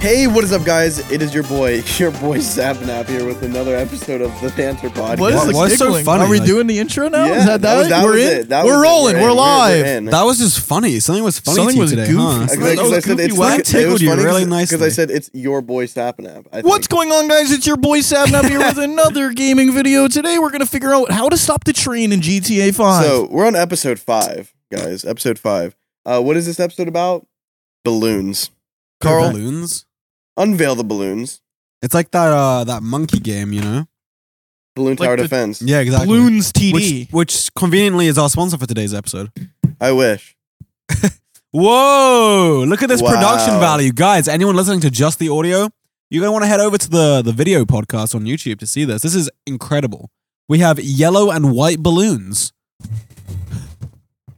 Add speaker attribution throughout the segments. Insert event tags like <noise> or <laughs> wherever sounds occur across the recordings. Speaker 1: Hey, what is up, guys? It is your boy, <laughs> your boy Sapnap here with another episode of the Panther Podcast.
Speaker 2: What is
Speaker 3: What-
Speaker 2: the
Speaker 3: what's so
Speaker 2: giggling?
Speaker 3: funny?
Speaker 2: Are we
Speaker 3: Like-
Speaker 2: doing the intro now?
Speaker 1: Yeah,
Speaker 2: is
Speaker 1: that
Speaker 2: that, that,
Speaker 1: was- that
Speaker 2: we're
Speaker 1: was
Speaker 2: in?
Speaker 1: it. That
Speaker 2: we're
Speaker 1: was it.
Speaker 2: rolling.
Speaker 1: We're
Speaker 2: We're,
Speaker 1: in. We're- we're
Speaker 2: live.
Speaker 1: in.
Speaker 3: That was just funny. Something was funny
Speaker 2: Something
Speaker 3: to you
Speaker 2: was
Speaker 3: today,
Speaker 2: goofy.
Speaker 3: huh? <laughs>
Speaker 2: Exactly.
Speaker 1: Because I-
Speaker 2: That
Speaker 1: because I
Speaker 2: was
Speaker 1: said
Speaker 2: goofy.
Speaker 1: it's-
Speaker 2: Wow.
Speaker 1: it
Speaker 2: That
Speaker 1: was
Speaker 3: tickled you
Speaker 1: funny
Speaker 3: really
Speaker 1: because- 'cause I
Speaker 3: nicely.
Speaker 1: said it's your boy Sapnap. I think.
Speaker 2: What's going on, guys? It's your boy Savnap here with another gaming video. Today, we're gonna figure out how to stop the train in GTA Five.
Speaker 1: So we're on episode five, guys. Episode five. Uh, what is this episode about? Balloons. Carl,
Speaker 3: balloons.
Speaker 1: unveil the balloons.
Speaker 3: It's like that uh that monkey game, you know?
Speaker 1: Balloon
Speaker 2: Like
Speaker 1: tower
Speaker 2: the-
Speaker 1: defense.
Speaker 3: Yeah, exactly.
Speaker 2: Balloons
Speaker 3: Which,
Speaker 2: TD.
Speaker 3: which conveniently is our sponsor for today's episode.
Speaker 1: I wish.
Speaker 3: Whoa! Look at this
Speaker 1: Wow.
Speaker 3: production value, guys. Anyone listening to just the audio, you're gonna want to head over to the the video podcast on YouTube to see this. This is incredible. We have yellow and white balloons.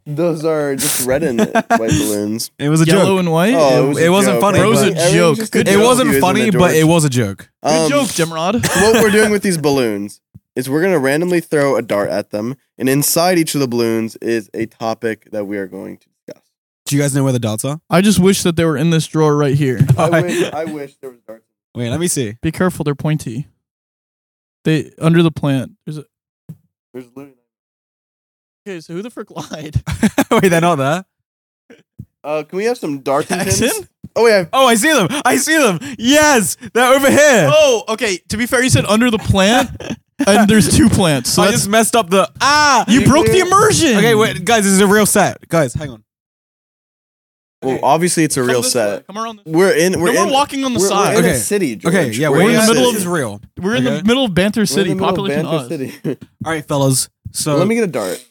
Speaker 1: Those are just red and white
Speaker 3: <laughs>
Speaker 1: balloons.
Speaker 3: It was a
Speaker 2: Yellow
Speaker 3: joke.
Speaker 2: and white.
Speaker 1: Oh,
Speaker 3: it it
Speaker 1: a
Speaker 3: wasn't
Speaker 1: joke.
Speaker 3: funny,
Speaker 1: Everyone-
Speaker 2: Bro's a
Speaker 1: everyone
Speaker 2: joke.
Speaker 1: just
Speaker 2: Good
Speaker 1: did
Speaker 3: It
Speaker 2: joke,
Speaker 3: wasn't
Speaker 1: you, isn't
Speaker 3: funny,
Speaker 1: it,
Speaker 3: but it
Speaker 1: George?
Speaker 3: was a joke.
Speaker 2: Good
Speaker 1: Um,
Speaker 2: joke, Jimrod.
Speaker 1: what we're doing with these balloons is we're going to randomly throw a dart at them, and inside each of the balloons is a topic that we are going to discuss.
Speaker 3: Do you guys know where the dots are?
Speaker 2: I just wish that they were in this drawer right here.
Speaker 1: I wish, I wish there was darts.
Speaker 3: Wait, let me see. <laughs>
Speaker 2: Be careful, they're pointy. They under the plant. There's a,
Speaker 1: There's literally
Speaker 2: okay, so who the frick lied?
Speaker 3: Wait, they're not there.
Speaker 1: Uh, can we have some darts? and pins?
Speaker 2: Jackson?
Speaker 1: Oh yeah,
Speaker 3: Oh, I see them. I see them. Yes, they're over here.
Speaker 2: Oh, okay. To be fair, you said under the plant, and there's two plants. So
Speaker 3: <laughs> I
Speaker 2: that's,
Speaker 3: just messed up the ah.
Speaker 2: you broke the immersion.
Speaker 3: okay, wait, guys, this is a real set. Guys, hang on.
Speaker 1: Well, obviously it's a
Speaker 2: Come
Speaker 1: real
Speaker 2: this way.
Speaker 1: set.
Speaker 2: Come around. This way.
Speaker 1: We're in. We're
Speaker 2: no,
Speaker 1: in.
Speaker 2: we're walking on the
Speaker 1: we're,
Speaker 2: side.
Speaker 1: We're in
Speaker 3: Okay.
Speaker 1: a city, George.
Speaker 3: Okay, yeah, we're, in
Speaker 2: in
Speaker 3: the
Speaker 2: a
Speaker 3: middle of
Speaker 2: city.
Speaker 3: this real.
Speaker 2: We're in the
Speaker 3: Okay.
Speaker 2: middle of Banter
Speaker 1: We're in
Speaker 2: City,
Speaker 1: the middle of
Speaker 2: population
Speaker 1: Banter
Speaker 2: us. <laughs>
Speaker 1: City.
Speaker 3: All right, fellas. So
Speaker 1: Let me get a dart.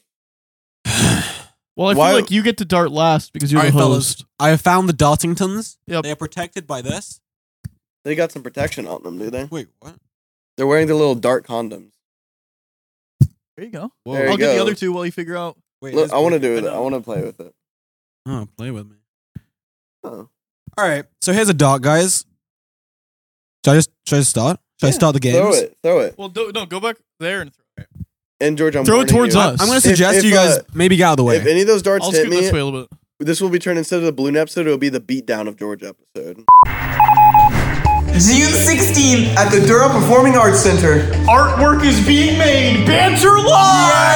Speaker 2: Well, I
Speaker 1: Why-
Speaker 2: feel like you get to dart last because you're
Speaker 3: All
Speaker 2: the
Speaker 3: right,
Speaker 2: host.
Speaker 3: fellas. I have found the Dartingtons.
Speaker 2: Yep.
Speaker 3: They are protected by this.
Speaker 1: They got some protection on them, do they?
Speaker 3: Wait, what?
Speaker 1: They're wearing the little dart condoms.
Speaker 2: There you go.
Speaker 3: Whoa.
Speaker 1: There you
Speaker 2: I'll get the
Speaker 1: go.
Speaker 2: other two while you figure out.
Speaker 3: Wait,
Speaker 1: Look, I want to do it.
Speaker 2: I
Speaker 1: I want to play with it.
Speaker 3: Oh, play with me.
Speaker 1: Oh.
Speaker 3: All right. So here's a dart, guys. Should I just should I just start? Should I
Speaker 1: Yeah,
Speaker 3: start the games?
Speaker 1: Throw it. Throw it.
Speaker 2: Well, do, no, go back there and throw.
Speaker 1: And George, I'm
Speaker 2: Throw it
Speaker 1: warning
Speaker 2: towards
Speaker 1: you,
Speaker 2: us.
Speaker 3: I'm gonna
Speaker 1: If-
Speaker 3: suggest
Speaker 1: if,
Speaker 3: you guys
Speaker 1: uh,
Speaker 3: maybe get out of the way.
Speaker 1: If any of those darts
Speaker 2: I'll
Speaker 1: hit
Speaker 2: scoot
Speaker 1: me,
Speaker 2: this way a little bit.
Speaker 1: this will be turned instead of the balloon episode, it'll be the beatdown of George episode.
Speaker 4: June 16th at the Durham Performing Arts Center.
Speaker 2: Artwork is being made. Banter live.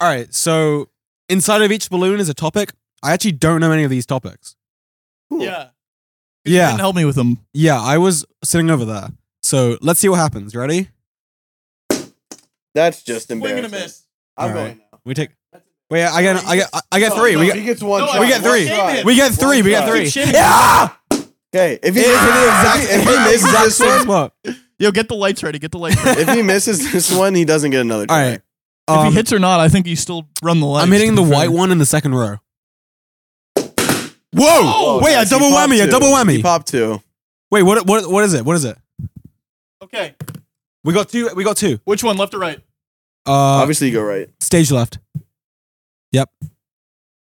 Speaker 3: All right, so inside of each balloon is a topic. I actually don't know any of these topics.
Speaker 1: Cool.
Speaker 2: Yeah. You
Speaker 3: Yeah,
Speaker 2: didn't help me with them.
Speaker 3: yeah, I was sitting over there. So let's see what happens. You ready?
Speaker 1: That's just
Speaker 2: Swing and a
Speaker 1: embarrassing.
Speaker 2: miss.
Speaker 1: I'm
Speaker 3: All right.
Speaker 1: going now.
Speaker 3: We take. Wait, I get, I get, I get
Speaker 2: No,
Speaker 3: three. We
Speaker 2: no,
Speaker 3: get,
Speaker 1: He gets one.
Speaker 2: No,
Speaker 1: try,
Speaker 3: we get
Speaker 1: one
Speaker 3: three.
Speaker 1: try.
Speaker 3: We get three. We get
Speaker 1: One
Speaker 3: three.
Speaker 2: shot. Keep shitting.
Speaker 3: Yeah.
Speaker 1: Okay, if he
Speaker 3: If
Speaker 1: misses,
Speaker 3: he-
Speaker 1: if he misses
Speaker 3: <laughs> exact
Speaker 1: this one,
Speaker 3: same spot.
Speaker 2: Yo, get the lights ready. Get the lights
Speaker 3: <laughs>
Speaker 2: ready.
Speaker 1: if he misses this one, he doesn't get another.
Speaker 3: All
Speaker 1: Try.
Speaker 3: right.
Speaker 2: if
Speaker 3: Um,
Speaker 2: he hits or not, I think you still run the lights.
Speaker 3: I'm hitting
Speaker 2: to
Speaker 3: the
Speaker 2: be fair.
Speaker 3: white one in the second row. Whoa!
Speaker 2: Oh,
Speaker 3: Wait, a
Speaker 1: nice. He
Speaker 3: double
Speaker 1: popped
Speaker 3: whammy! A
Speaker 1: two.
Speaker 3: double
Speaker 1: He
Speaker 3: whammy!
Speaker 1: popped two.
Speaker 3: Wait, what? What? What is it? What is it?
Speaker 2: Okay.
Speaker 3: We got two. We got two.
Speaker 2: Which one, left or right?
Speaker 3: Uh,
Speaker 1: Obviously, you go right.
Speaker 3: stage left.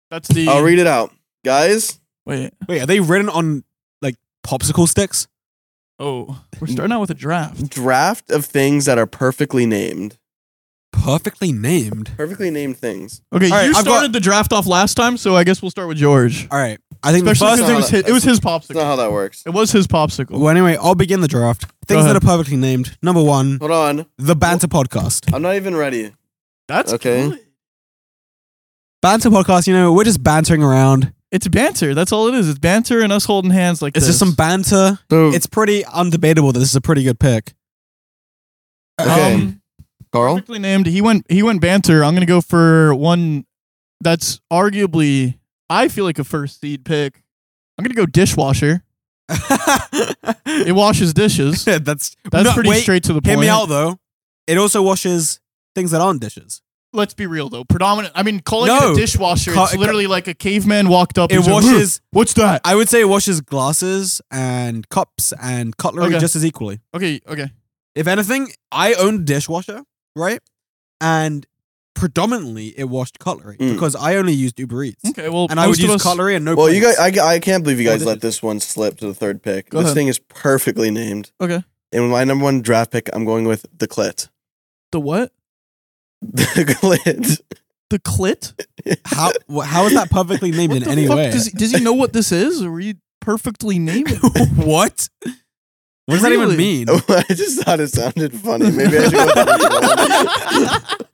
Speaker 2: That's the.
Speaker 1: I'll read it out, guys.
Speaker 2: Wait.
Speaker 3: Wait, are they written on like popsicle sticks?
Speaker 2: Oh, we're starting out with a draft.
Speaker 1: Draft of things that are perfectly named.
Speaker 3: Perfectly named.
Speaker 1: Perfectly named things.
Speaker 2: Okay,
Speaker 3: All right,
Speaker 2: you
Speaker 3: I've
Speaker 2: started
Speaker 3: got-
Speaker 2: the draft off last time, so I guess we'll start with George.
Speaker 3: All right. I think
Speaker 2: Especially
Speaker 3: the
Speaker 2: because
Speaker 3: first.
Speaker 2: it was his, it was his popsicle.
Speaker 1: That's not how that works.
Speaker 2: It was his popsicle.
Speaker 3: Well, anyway, I'll begin the draft. Things
Speaker 2: ahead.
Speaker 3: that are perfectly named. Number one,
Speaker 1: Hold on,
Speaker 3: the Banter Podcast.
Speaker 1: I'm not even ready.
Speaker 2: That's
Speaker 1: Okay.
Speaker 2: good.
Speaker 3: Banter Podcast, you know, we're just bantering around.
Speaker 2: It's banter. That's all it is. It's banter and us holding hands like
Speaker 3: It's
Speaker 2: this.
Speaker 3: just some banter.
Speaker 1: So,
Speaker 3: It's pretty undebatable that this is a pretty good pick.
Speaker 1: Okay.
Speaker 2: Um,
Speaker 1: Carl.
Speaker 2: perfectly named. He went. He went banter. I'm gonna go for one that's arguably I feel like a first seed pick. I'm gonna go dishwasher.
Speaker 3: <laughs>
Speaker 2: It washes dishes.
Speaker 3: Yeah, that's
Speaker 2: That's
Speaker 3: No,
Speaker 2: pretty
Speaker 3: wait,
Speaker 2: straight to the
Speaker 3: Hear
Speaker 2: point.
Speaker 3: me out though. It also washes things that aren't dishes.
Speaker 2: Let's be real though. Predominant. I mean, calling it
Speaker 3: No.
Speaker 2: a dishwasher.
Speaker 3: Ca-
Speaker 2: it's literally like a caveman walked up.
Speaker 3: It
Speaker 2: and said,
Speaker 3: washes.
Speaker 2: What's that?
Speaker 3: I would say it washes glasses and cups and cutlery
Speaker 2: Okay.
Speaker 3: just as equally.
Speaker 2: Okay. Okay.
Speaker 3: If anything, I owned a dishwasher, right? And predominantly it washed cutlery
Speaker 1: Mm.
Speaker 3: because I only used Uber Eats.
Speaker 2: Okay. Well,
Speaker 3: And I would
Speaker 2: most of
Speaker 3: use
Speaker 2: us-
Speaker 3: cutlery and no
Speaker 1: Well, you guys,
Speaker 3: plates.
Speaker 1: I, I can't believe you
Speaker 3: Oh,
Speaker 1: guys
Speaker 3: this
Speaker 1: let
Speaker 3: is-
Speaker 1: this one slip to the third pick.
Speaker 2: Go
Speaker 1: this
Speaker 2: ahead.
Speaker 1: thing is perfectly named.
Speaker 2: Okay.
Speaker 1: And my number one draft pick, I'm going with <laughs> the clit.
Speaker 2: The what?
Speaker 1: The clit. <laughs>
Speaker 2: the clit?
Speaker 3: How wh- how is that perfectly named
Speaker 2: What
Speaker 3: in
Speaker 2: the
Speaker 3: any
Speaker 2: fuck?
Speaker 3: way?
Speaker 2: Does, does he know what this is? Or he perfectly
Speaker 3: <laughs>
Speaker 2: named it?
Speaker 3: what? What does that even
Speaker 1: <laughs>
Speaker 2: Really?
Speaker 3: mean?
Speaker 1: I just thought it sounded funny. Maybe I should go with
Speaker 2: <laughs>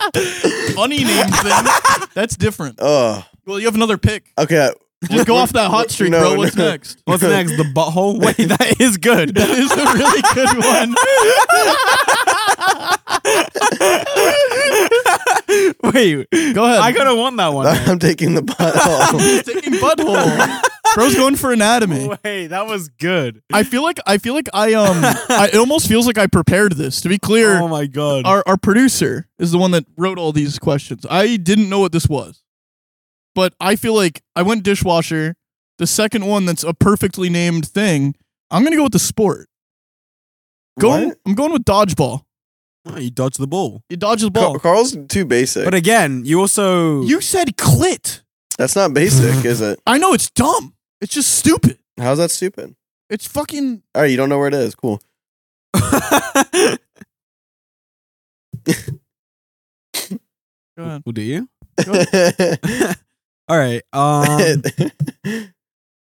Speaker 1: that.
Speaker 2: Funny name thing. That's different.
Speaker 1: Oh,
Speaker 2: Well, you have another pick.
Speaker 1: okay.
Speaker 2: Just go off that hot streak,
Speaker 1: No,
Speaker 2: bro. What's
Speaker 1: no.
Speaker 2: next?
Speaker 3: What's next? The butthole? Wait,
Speaker 1: <laughs>
Speaker 3: that is good.
Speaker 2: That is a really good one.
Speaker 3: <laughs> Wait,
Speaker 2: Go ahead.
Speaker 3: <laughs> I gotta want that
Speaker 1: <laughs>
Speaker 3: one. man.
Speaker 1: I'm taking the butthole.
Speaker 2: <laughs> He's taking butthole. Bro's going for anatomy.
Speaker 3: <laughs> Wait, that was good.
Speaker 2: I feel like I feel like I um I, it almost feels like I prepared this. To be clear,
Speaker 3: Oh my god.
Speaker 2: our our producer is the one that wrote all these questions. I didn't know what this was. But I feel like I went dishwasher, the second one that's a perfectly named thing. I'm going to go with the sport. Going
Speaker 1: What?
Speaker 2: I'm going with dodgeball.
Speaker 3: Oh, you dodged the ball.
Speaker 2: It dodges
Speaker 1: Ca-
Speaker 2: ball.
Speaker 1: Carl's too basic.
Speaker 3: But again, you also
Speaker 1: <laughs>
Speaker 2: You said clit.
Speaker 1: That's not basic, is it?
Speaker 2: I know it's dumb. It's just stupid.
Speaker 1: How's that stupid?
Speaker 2: It's fucking
Speaker 1: All right, you don't know where it is. Cool. <laughs>
Speaker 2: Go ahead.
Speaker 3: <laughs> well, do you?
Speaker 1: I
Speaker 3: All right.
Speaker 1: <laughs>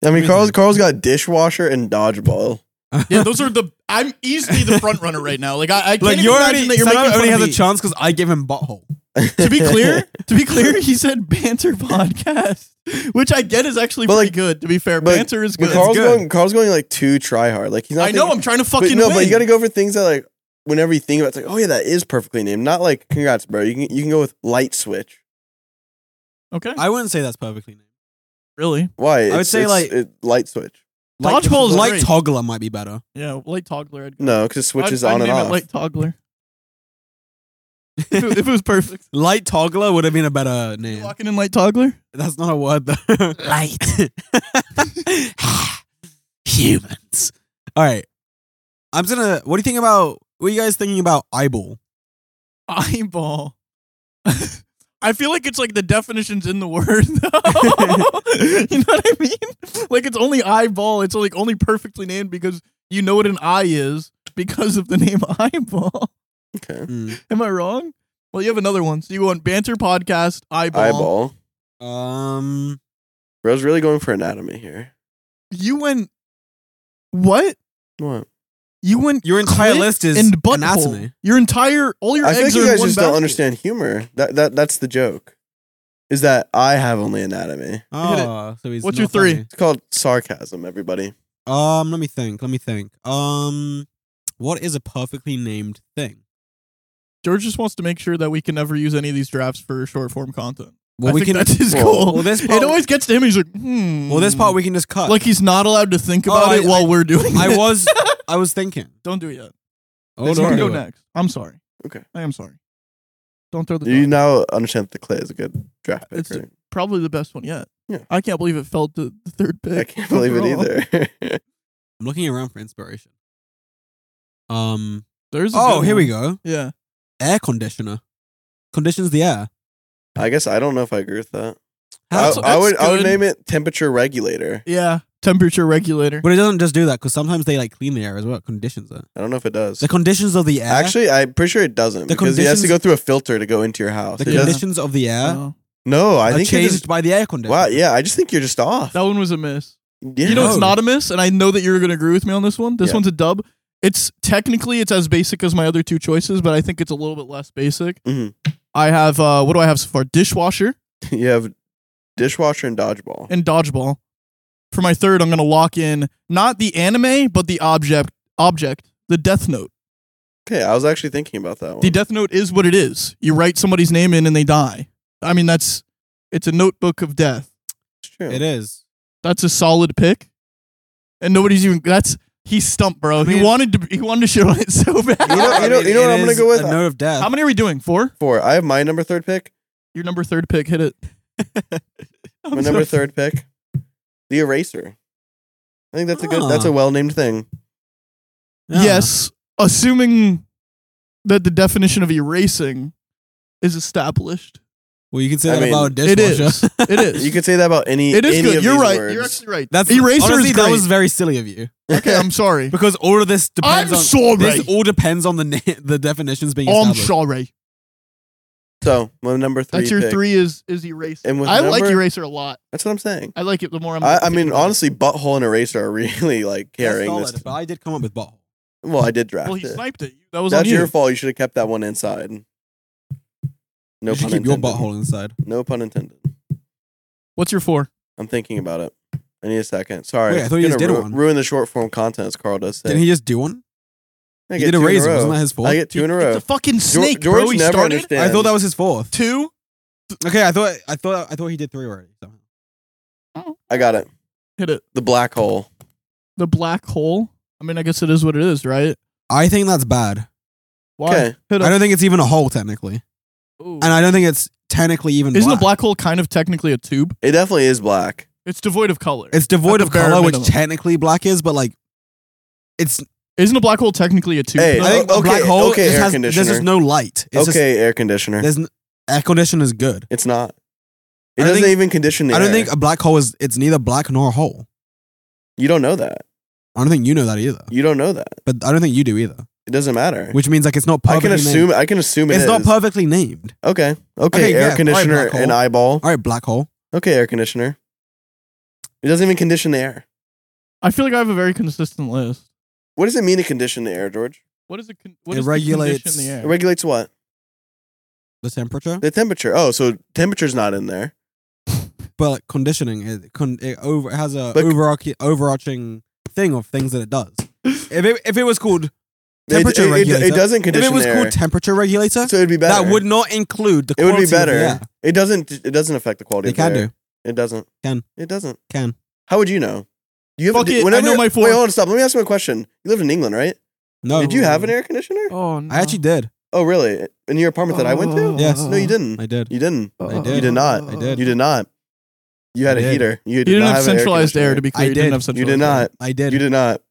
Speaker 3: Um,
Speaker 2: Um,
Speaker 1: mean, Carl's Carl's got dishwasher and dodgeball.
Speaker 2: Yeah, those are the. I'm easily the front runner right now. Like I, I can't
Speaker 3: like
Speaker 2: even
Speaker 3: you
Speaker 2: imagine
Speaker 3: already.
Speaker 2: that you're
Speaker 3: Simon
Speaker 2: making fun
Speaker 3: only
Speaker 2: of
Speaker 3: has a
Speaker 2: me.
Speaker 3: chance because I gave him butthole.
Speaker 2: To be clear, to be
Speaker 1: <laughs>
Speaker 2: clear, he said banter podcast, which I get is actually
Speaker 1: But,
Speaker 2: pretty
Speaker 1: like-
Speaker 2: good. To be fair,
Speaker 1: but-
Speaker 2: banter is
Speaker 1: But
Speaker 2: good.
Speaker 1: Carl's
Speaker 3: good.
Speaker 1: going. Carl's going like too try hard. Like he's not.
Speaker 2: I know
Speaker 1: thinking-
Speaker 2: I'm trying to
Speaker 1: but
Speaker 2: fucking
Speaker 1: no,
Speaker 2: win.
Speaker 1: but you got to go for things that like whenever you think about, it, it's like, oh yeah, that is perfectly named. Not like congrats, bro. You can you can go with light switch.
Speaker 2: okay,
Speaker 3: I wouldn't say that's perfectly named.
Speaker 2: really?
Speaker 1: Why?
Speaker 3: would
Speaker 1: It's-
Speaker 3: say,
Speaker 1: it's-
Speaker 3: like-
Speaker 1: it- light switch.
Speaker 3: Like-
Speaker 2: Dodgeball is
Speaker 3: like
Speaker 2: great.
Speaker 3: toggler might be better.
Speaker 2: Yeah, late toggler. I'd,
Speaker 1: No, because it switches
Speaker 2: I'd, I'd
Speaker 1: on and
Speaker 2: name
Speaker 1: off.
Speaker 2: It
Speaker 1: <laughs>
Speaker 2: late toggler. if, it, if it was perfect,
Speaker 3: Light toggler would have been a better name.
Speaker 2: walking in late toggler.
Speaker 3: That's not a word though. Light. Humans. <laughs> All right. I'm just gonna. What do you think about? What are you guys thinking about eyeball?
Speaker 2: eyeball. <laughs> I feel like it's like the definitions in the word, <laughs> though. <laughs> you know what I mean? Like it's only eyeball. It's like only perfectly named because you know what an eye is because of the name <laughs> eyeball.
Speaker 1: okay.
Speaker 2: Am I wrong? Well, you have another one. So you want banter podcast eyeball.
Speaker 1: Eyeball.
Speaker 3: Um.
Speaker 1: Bro's really going for anatomy here.
Speaker 2: You went what?
Speaker 1: What?
Speaker 2: You went
Speaker 3: Your entire
Speaker 2: clit
Speaker 3: list is
Speaker 2: and butthole.
Speaker 3: anatomy.
Speaker 2: Your entire all your
Speaker 1: I
Speaker 2: eggs
Speaker 1: think
Speaker 2: are
Speaker 1: you
Speaker 2: in
Speaker 1: guys
Speaker 2: one
Speaker 1: just
Speaker 2: basket.
Speaker 1: don't understand humor. That that that's the joke. Is that I have only anatomy.
Speaker 2: Hit it.
Speaker 3: Oh, so he's
Speaker 2: What's
Speaker 3: not
Speaker 2: your three?
Speaker 3: funny.
Speaker 1: It's called sarcasm, everybody.
Speaker 3: Um, let me think. Let me think. Um, what is a perfectly named thing?
Speaker 2: George just wants to make sure that we can never use any of these drafts for short form content.
Speaker 3: Well,
Speaker 2: I
Speaker 3: we
Speaker 2: think
Speaker 3: can.
Speaker 2: that's his
Speaker 1: well,
Speaker 2: goal.
Speaker 3: <laughs> well, this
Speaker 2: it
Speaker 3: part-
Speaker 2: always gets to him. He's like, hmm.
Speaker 3: Well, this part we can just cut.
Speaker 2: like he's not allowed to think
Speaker 3: Oh,
Speaker 2: about
Speaker 3: I-
Speaker 2: it while we're doing. <laughs>
Speaker 3: I
Speaker 2: it.
Speaker 3: was, I was thinking.
Speaker 2: Don't do it yet.
Speaker 3: Oh
Speaker 2: This
Speaker 3: no,
Speaker 2: can
Speaker 3: no,
Speaker 2: go
Speaker 3: no.
Speaker 2: next. I'm sorry.
Speaker 1: Okay.
Speaker 2: I am sorry. Don't throw the.
Speaker 1: You
Speaker 2: dog.
Speaker 1: now understand that the clay is a good draft pick.
Speaker 2: It's a-
Speaker 1: right?
Speaker 2: Probably the best one yet.
Speaker 1: Yeah.
Speaker 2: I can't believe it fell to the third pick.
Speaker 1: I can't believe it
Speaker 2: overall.
Speaker 1: either. <laughs>
Speaker 3: I'm looking around for inspiration. Um.
Speaker 2: <laughs> There's. a
Speaker 3: Oh,
Speaker 2: good
Speaker 3: here we
Speaker 2: one.
Speaker 3: go.
Speaker 2: Yeah.
Speaker 3: Air conditioner conditions the air.
Speaker 1: I guess I don't know if I agree with that. I,
Speaker 3: That's-
Speaker 1: I would I would
Speaker 2: good.
Speaker 1: name it temperature regulator.
Speaker 2: Yeah. Temperature regulator.
Speaker 3: But it doesn't just do that because sometimes they like clean the air as well. It conditions it.
Speaker 1: I don't know if it does.
Speaker 3: The conditions of the air.
Speaker 1: Actually, I'm pretty sure it doesn't
Speaker 3: The
Speaker 1: because it has to
Speaker 3: conditions-
Speaker 1: go through a filter to go into your house.
Speaker 3: the
Speaker 1: It does-
Speaker 3: conditions of the air
Speaker 2: No.
Speaker 1: no, I
Speaker 3: are
Speaker 1: think
Speaker 3: changed
Speaker 1: changed. Just,
Speaker 3: by the air conditioner.
Speaker 1: wow, yeah, I just think you're just off.
Speaker 2: That one was a miss.
Speaker 1: Yeah.
Speaker 2: You know, it's
Speaker 3: No.
Speaker 2: not a miss, and I know that you're going to agree with me on this one. This
Speaker 1: Yeah.
Speaker 2: one's a dub. It's technically it's as basic as my other two choices, but I think it's a little bit less basic.
Speaker 1: Mhm.
Speaker 3: Mm-hmm.
Speaker 2: I have uh, what do I have so far? Dishwasher
Speaker 1: <laughs> you have dishwasher and dodgeball.
Speaker 2: and dodgeball. For my third, I'm going to lock in not the anime, but the object object, the Death Note.
Speaker 1: Okay, I was actually thinking about that one.
Speaker 3: Oh.
Speaker 2: The Death Note is what it is. You write somebody's name in, and they die. I mean, that's it's a notebook of death.
Speaker 1: It's true.
Speaker 3: it is.
Speaker 2: That's a solid pick, and nobody's even. That's he's stumped, bro.
Speaker 3: I mean-
Speaker 2: he wanted to. He wanted to shit on it so <laughs> bad.
Speaker 1: You
Speaker 3: <laughs>
Speaker 1: know- you know- you know
Speaker 3: It
Speaker 1: what I'm gonna
Speaker 3: is
Speaker 1: go with?
Speaker 3: A note of death.
Speaker 2: How many are we doing? Four?
Speaker 1: Four. I have my number third pick.
Speaker 2: Your number third pick, hit it. <laughs> I'm
Speaker 1: My
Speaker 2: so-
Speaker 1: number third pick, the eraser. I think that's a good. That's
Speaker 3: Ah.
Speaker 1: a well named thing.
Speaker 3: Yeah.
Speaker 2: Yes. Assuming that the definition of erasing is established.
Speaker 3: Well, you can say
Speaker 1: I
Speaker 3: that
Speaker 1: mean,
Speaker 3: about a
Speaker 2: It
Speaker 3: dishwasher. <laughs>
Speaker 2: is. <laughs> It is.
Speaker 1: You could say that about any.
Speaker 2: it is
Speaker 1: any
Speaker 2: good.
Speaker 1: Of
Speaker 2: You're
Speaker 1: these
Speaker 2: right.
Speaker 1: Words.
Speaker 2: You're actually right.
Speaker 3: That's
Speaker 2: Eraser
Speaker 3: honestly,
Speaker 2: is
Speaker 3: that
Speaker 2: great.
Speaker 3: was very silly of you
Speaker 2: okay, I'm sorry.
Speaker 3: because all of this depends
Speaker 2: I'm
Speaker 3: on.
Speaker 2: sorry.
Speaker 3: <laughs> This all depends on the na- the definitions being
Speaker 2: I'm
Speaker 3: established.
Speaker 2: sorry.
Speaker 1: <laughs> So my number three.
Speaker 2: That's your
Speaker 1: pick.
Speaker 2: three is is eraser.
Speaker 1: And with
Speaker 2: I like
Speaker 1: number-
Speaker 2: eraser a lot.
Speaker 1: That's what I'm saying.
Speaker 2: I like it the more I'm.
Speaker 1: I, I
Speaker 2: thinking
Speaker 1: mean,
Speaker 2: about it.
Speaker 1: honestly, butthole and eraser are <laughs> really like carrying this.
Speaker 3: but I did come up with butthole.
Speaker 1: Well, I did draft
Speaker 2: Well, he
Speaker 1: it.
Speaker 2: sniped it. That was
Speaker 1: That's
Speaker 2: on you.
Speaker 1: your fault. You should have kept that one inside. No
Speaker 3: you should
Speaker 1: pun
Speaker 3: keep
Speaker 1: intended.
Speaker 3: your butthole inside.
Speaker 1: No pun intended.
Speaker 2: What's your four?
Speaker 1: I'm thinking about it. I need a second. Sorry.
Speaker 3: Wait, I
Speaker 1: it's
Speaker 3: thought you
Speaker 1: gonna
Speaker 3: just did
Speaker 1: ru-
Speaker 3: one.
Speaker 1: Ruin the short form content, as Carl does say.
Speaker 3: Didn't he just do one?
Speaker 1: I
Speaker 3: He
Speaker 1: get
Speaker 3: did
Speaker 1: two
Speaker 3: a
Speaker 1: in
Speaker 3: razor.
Speaker 1: row.
Speaker 3: Wasn't that his fault?
Speaker 1: I get two in a row.
Speaker 2: It's a fucking
Speaker 1: Geor-
Speaker 2: snake,
Speaker 1: George
Speaker 2: bro. He
Speaker 1: never
Speaker 2: started
Speaker 1: understands.
Speaker 3: I thought that was his fourth.
Speaker 2: two.
Speaker 3: <laughs> Okay, I thought I thought I thought he did three already. So.
Speaker 1: I got it.
Speaker 2: Hit it.
Speaker 1: The black hole.
Speaker 2: The black hole. I mean, I guess it is what it is, right?
Speaker 3: I think that's bad.
Speaker 2: Why?
Speaker 1: Okay.
Speaker 2: Hit
Speaker 3: I
Speaker 2: it.
Speaker 3: don't think it's even a hole technically,
Speaker 2: Ooh.
Speaker 3: and I don't think it's technically even.
Speaker 2: Isn't
Speaker 3: black.
Speaker 2: a black hole kind of technically a tube?
Speaker 1: It definitely is black.
Speaker 2: It's devoid of color.
Speaker 3: It's devoid
Speaker 2: At
Speaker 3: of
Speaker 2: the bare
Speaker 3: color, which
Speaker 2: minimum.
Speaker 3: technically black is, but like, it's.
Speaker 2: Isn't a black hole technically a tube?
Speaker 1: Hey,
Speaker 2: though?
Speaker 3: I think
Speaker 1: okay,
Speaker 3: a black hole.
Speaker 1: okay,
Speaker 3: just
Speaker 1: air
Speaker 3: has,
Speaker 1: conditioner.
Speaker 3: There's just no light. It's just,
Speaker 1: okay, air conditioner.
Speaker 3: there's n- air condition is good.
Speaker 1: It's not. It
Speaker 3: I don't
Speaker 1: doesn't
Speaker 3: think-
Speaker 1: even condition the
Speaker 3: I don't
Speaker 1: air.
Speaker 3: think a black hole is. It's neither black nor a hole.
Speaker 1: you don't know that.
Speaker 3: I don't think you know that either.
Speaker 1: You don't know that.
Speaker 3: But I don't think you do either.
Speaker 1: It doesn't matter.
Speaker 3: Which means like it's not.
Speaker 1: I
Speaker 3: Perfectly
Speaker 1: can assume.
Speaker 3: Named.
Speaker 1: I can assume it
Speaker 3: It's not
Speaker 1: is.
Speaker 3: perfectly named.
Speaker 1: okay. Okay.
Speaker 3: Okay, yeah,
Speaker 1: air
Speaker 3: alright,
Speaker 1: conditioner
Speaker 3: black hole.
Speaker 1: and eyeball.
Speaker 3: All right, black hole.
Speaker 1: Okay, air conditioner. It doesn't even condition the air.
Speaker 2: I feel like I have a very consistent list.
Speaker 1: What does it mean to condition the air, George?
Speaker 2: What is it? Con- what
Speaker 3: It
Speaker 2: is the
Speaker 3: regulates-
Speaker 2: condition in the
Speaker 1: It
Speaker 2: air?
Speaker 1: regulates what?
Speaker 3: The temperature,
Speaker 1: The temperature. Oh, so temperature's not in there.
Speaker 3: but like conditioning, it, con- it over it has a
Speaker 1: But-
Speaker 3: overarching overarching thing of things that
Speaker 1: <laughs>
Speaker 3: it does. If it, if it was called
Speaker 1: It-
Speaker 3: Temperature
Speaker 1: it, it-
Speaker 3: regulator.
Speaker 1: It, doesn't
Speaker 3: if
Speaker 1: condition
Speaker 3: it was
Speaker 1: the
Speaker 3: called
Speaker 1: air.
Speaker 3: temperature regulator,
Speaker 1: so it'd be better.
Speaker 3: that would not include the.
Speaker 1: it would
Speaker 3: quality
Speaker 1: be
Speaker 3: of the
Speaker 1: better.
Speaker 3: air.
Speaker 1: It doesn't. It doesn't affect the quality.
Speaker 3: It
Speaker 1: of the
Speaker 3: can
Speaker 1: air.
Speaker 3: do.
Speaker 1: It doesn't.
Speaker 3: Can.
Speaker 1: It doesn't.
Speaker 3: Can.
Speaker 1: How would you know? You
Speaker 2: Fuck it, I know
Speaker 1: you-
Speaker 2: my four.
Speaker 1: Wait, hold on, stop. Let me ask you a question. You lived in England, right?
Speaker 3: No.
Speaker 1: Did you have an air conditioner?
Speaker 2: Oh no!
Speaker 3: I actually did.
Speaker 1: Oh, really? In your apartment that I went to?
Speaker 2: Oh.
Speaker 3: Yes.
Speaker 1: No, you didn't.
Speaker 3: I did.
Speaker 1: You didn't.
Speaker 3: I
Speaker 1: You did not.
Speaker 3: I did.
Speaker 1: You did not. You had
Speaker 3: I
Speaker 1: a
Speaker 3: did.
Speaker 1: heater. You,
Speaker 2: You didn't have centralized air, to be clear.
Speaker 3: I
Speaker 2: You didn't
Speaker 3: did.
Speaker 2: have
Speaker 1: You
Speaker 2: centralized
Speaker 1: did not.
Speaker 3: I did.
Speaker 1: You did not.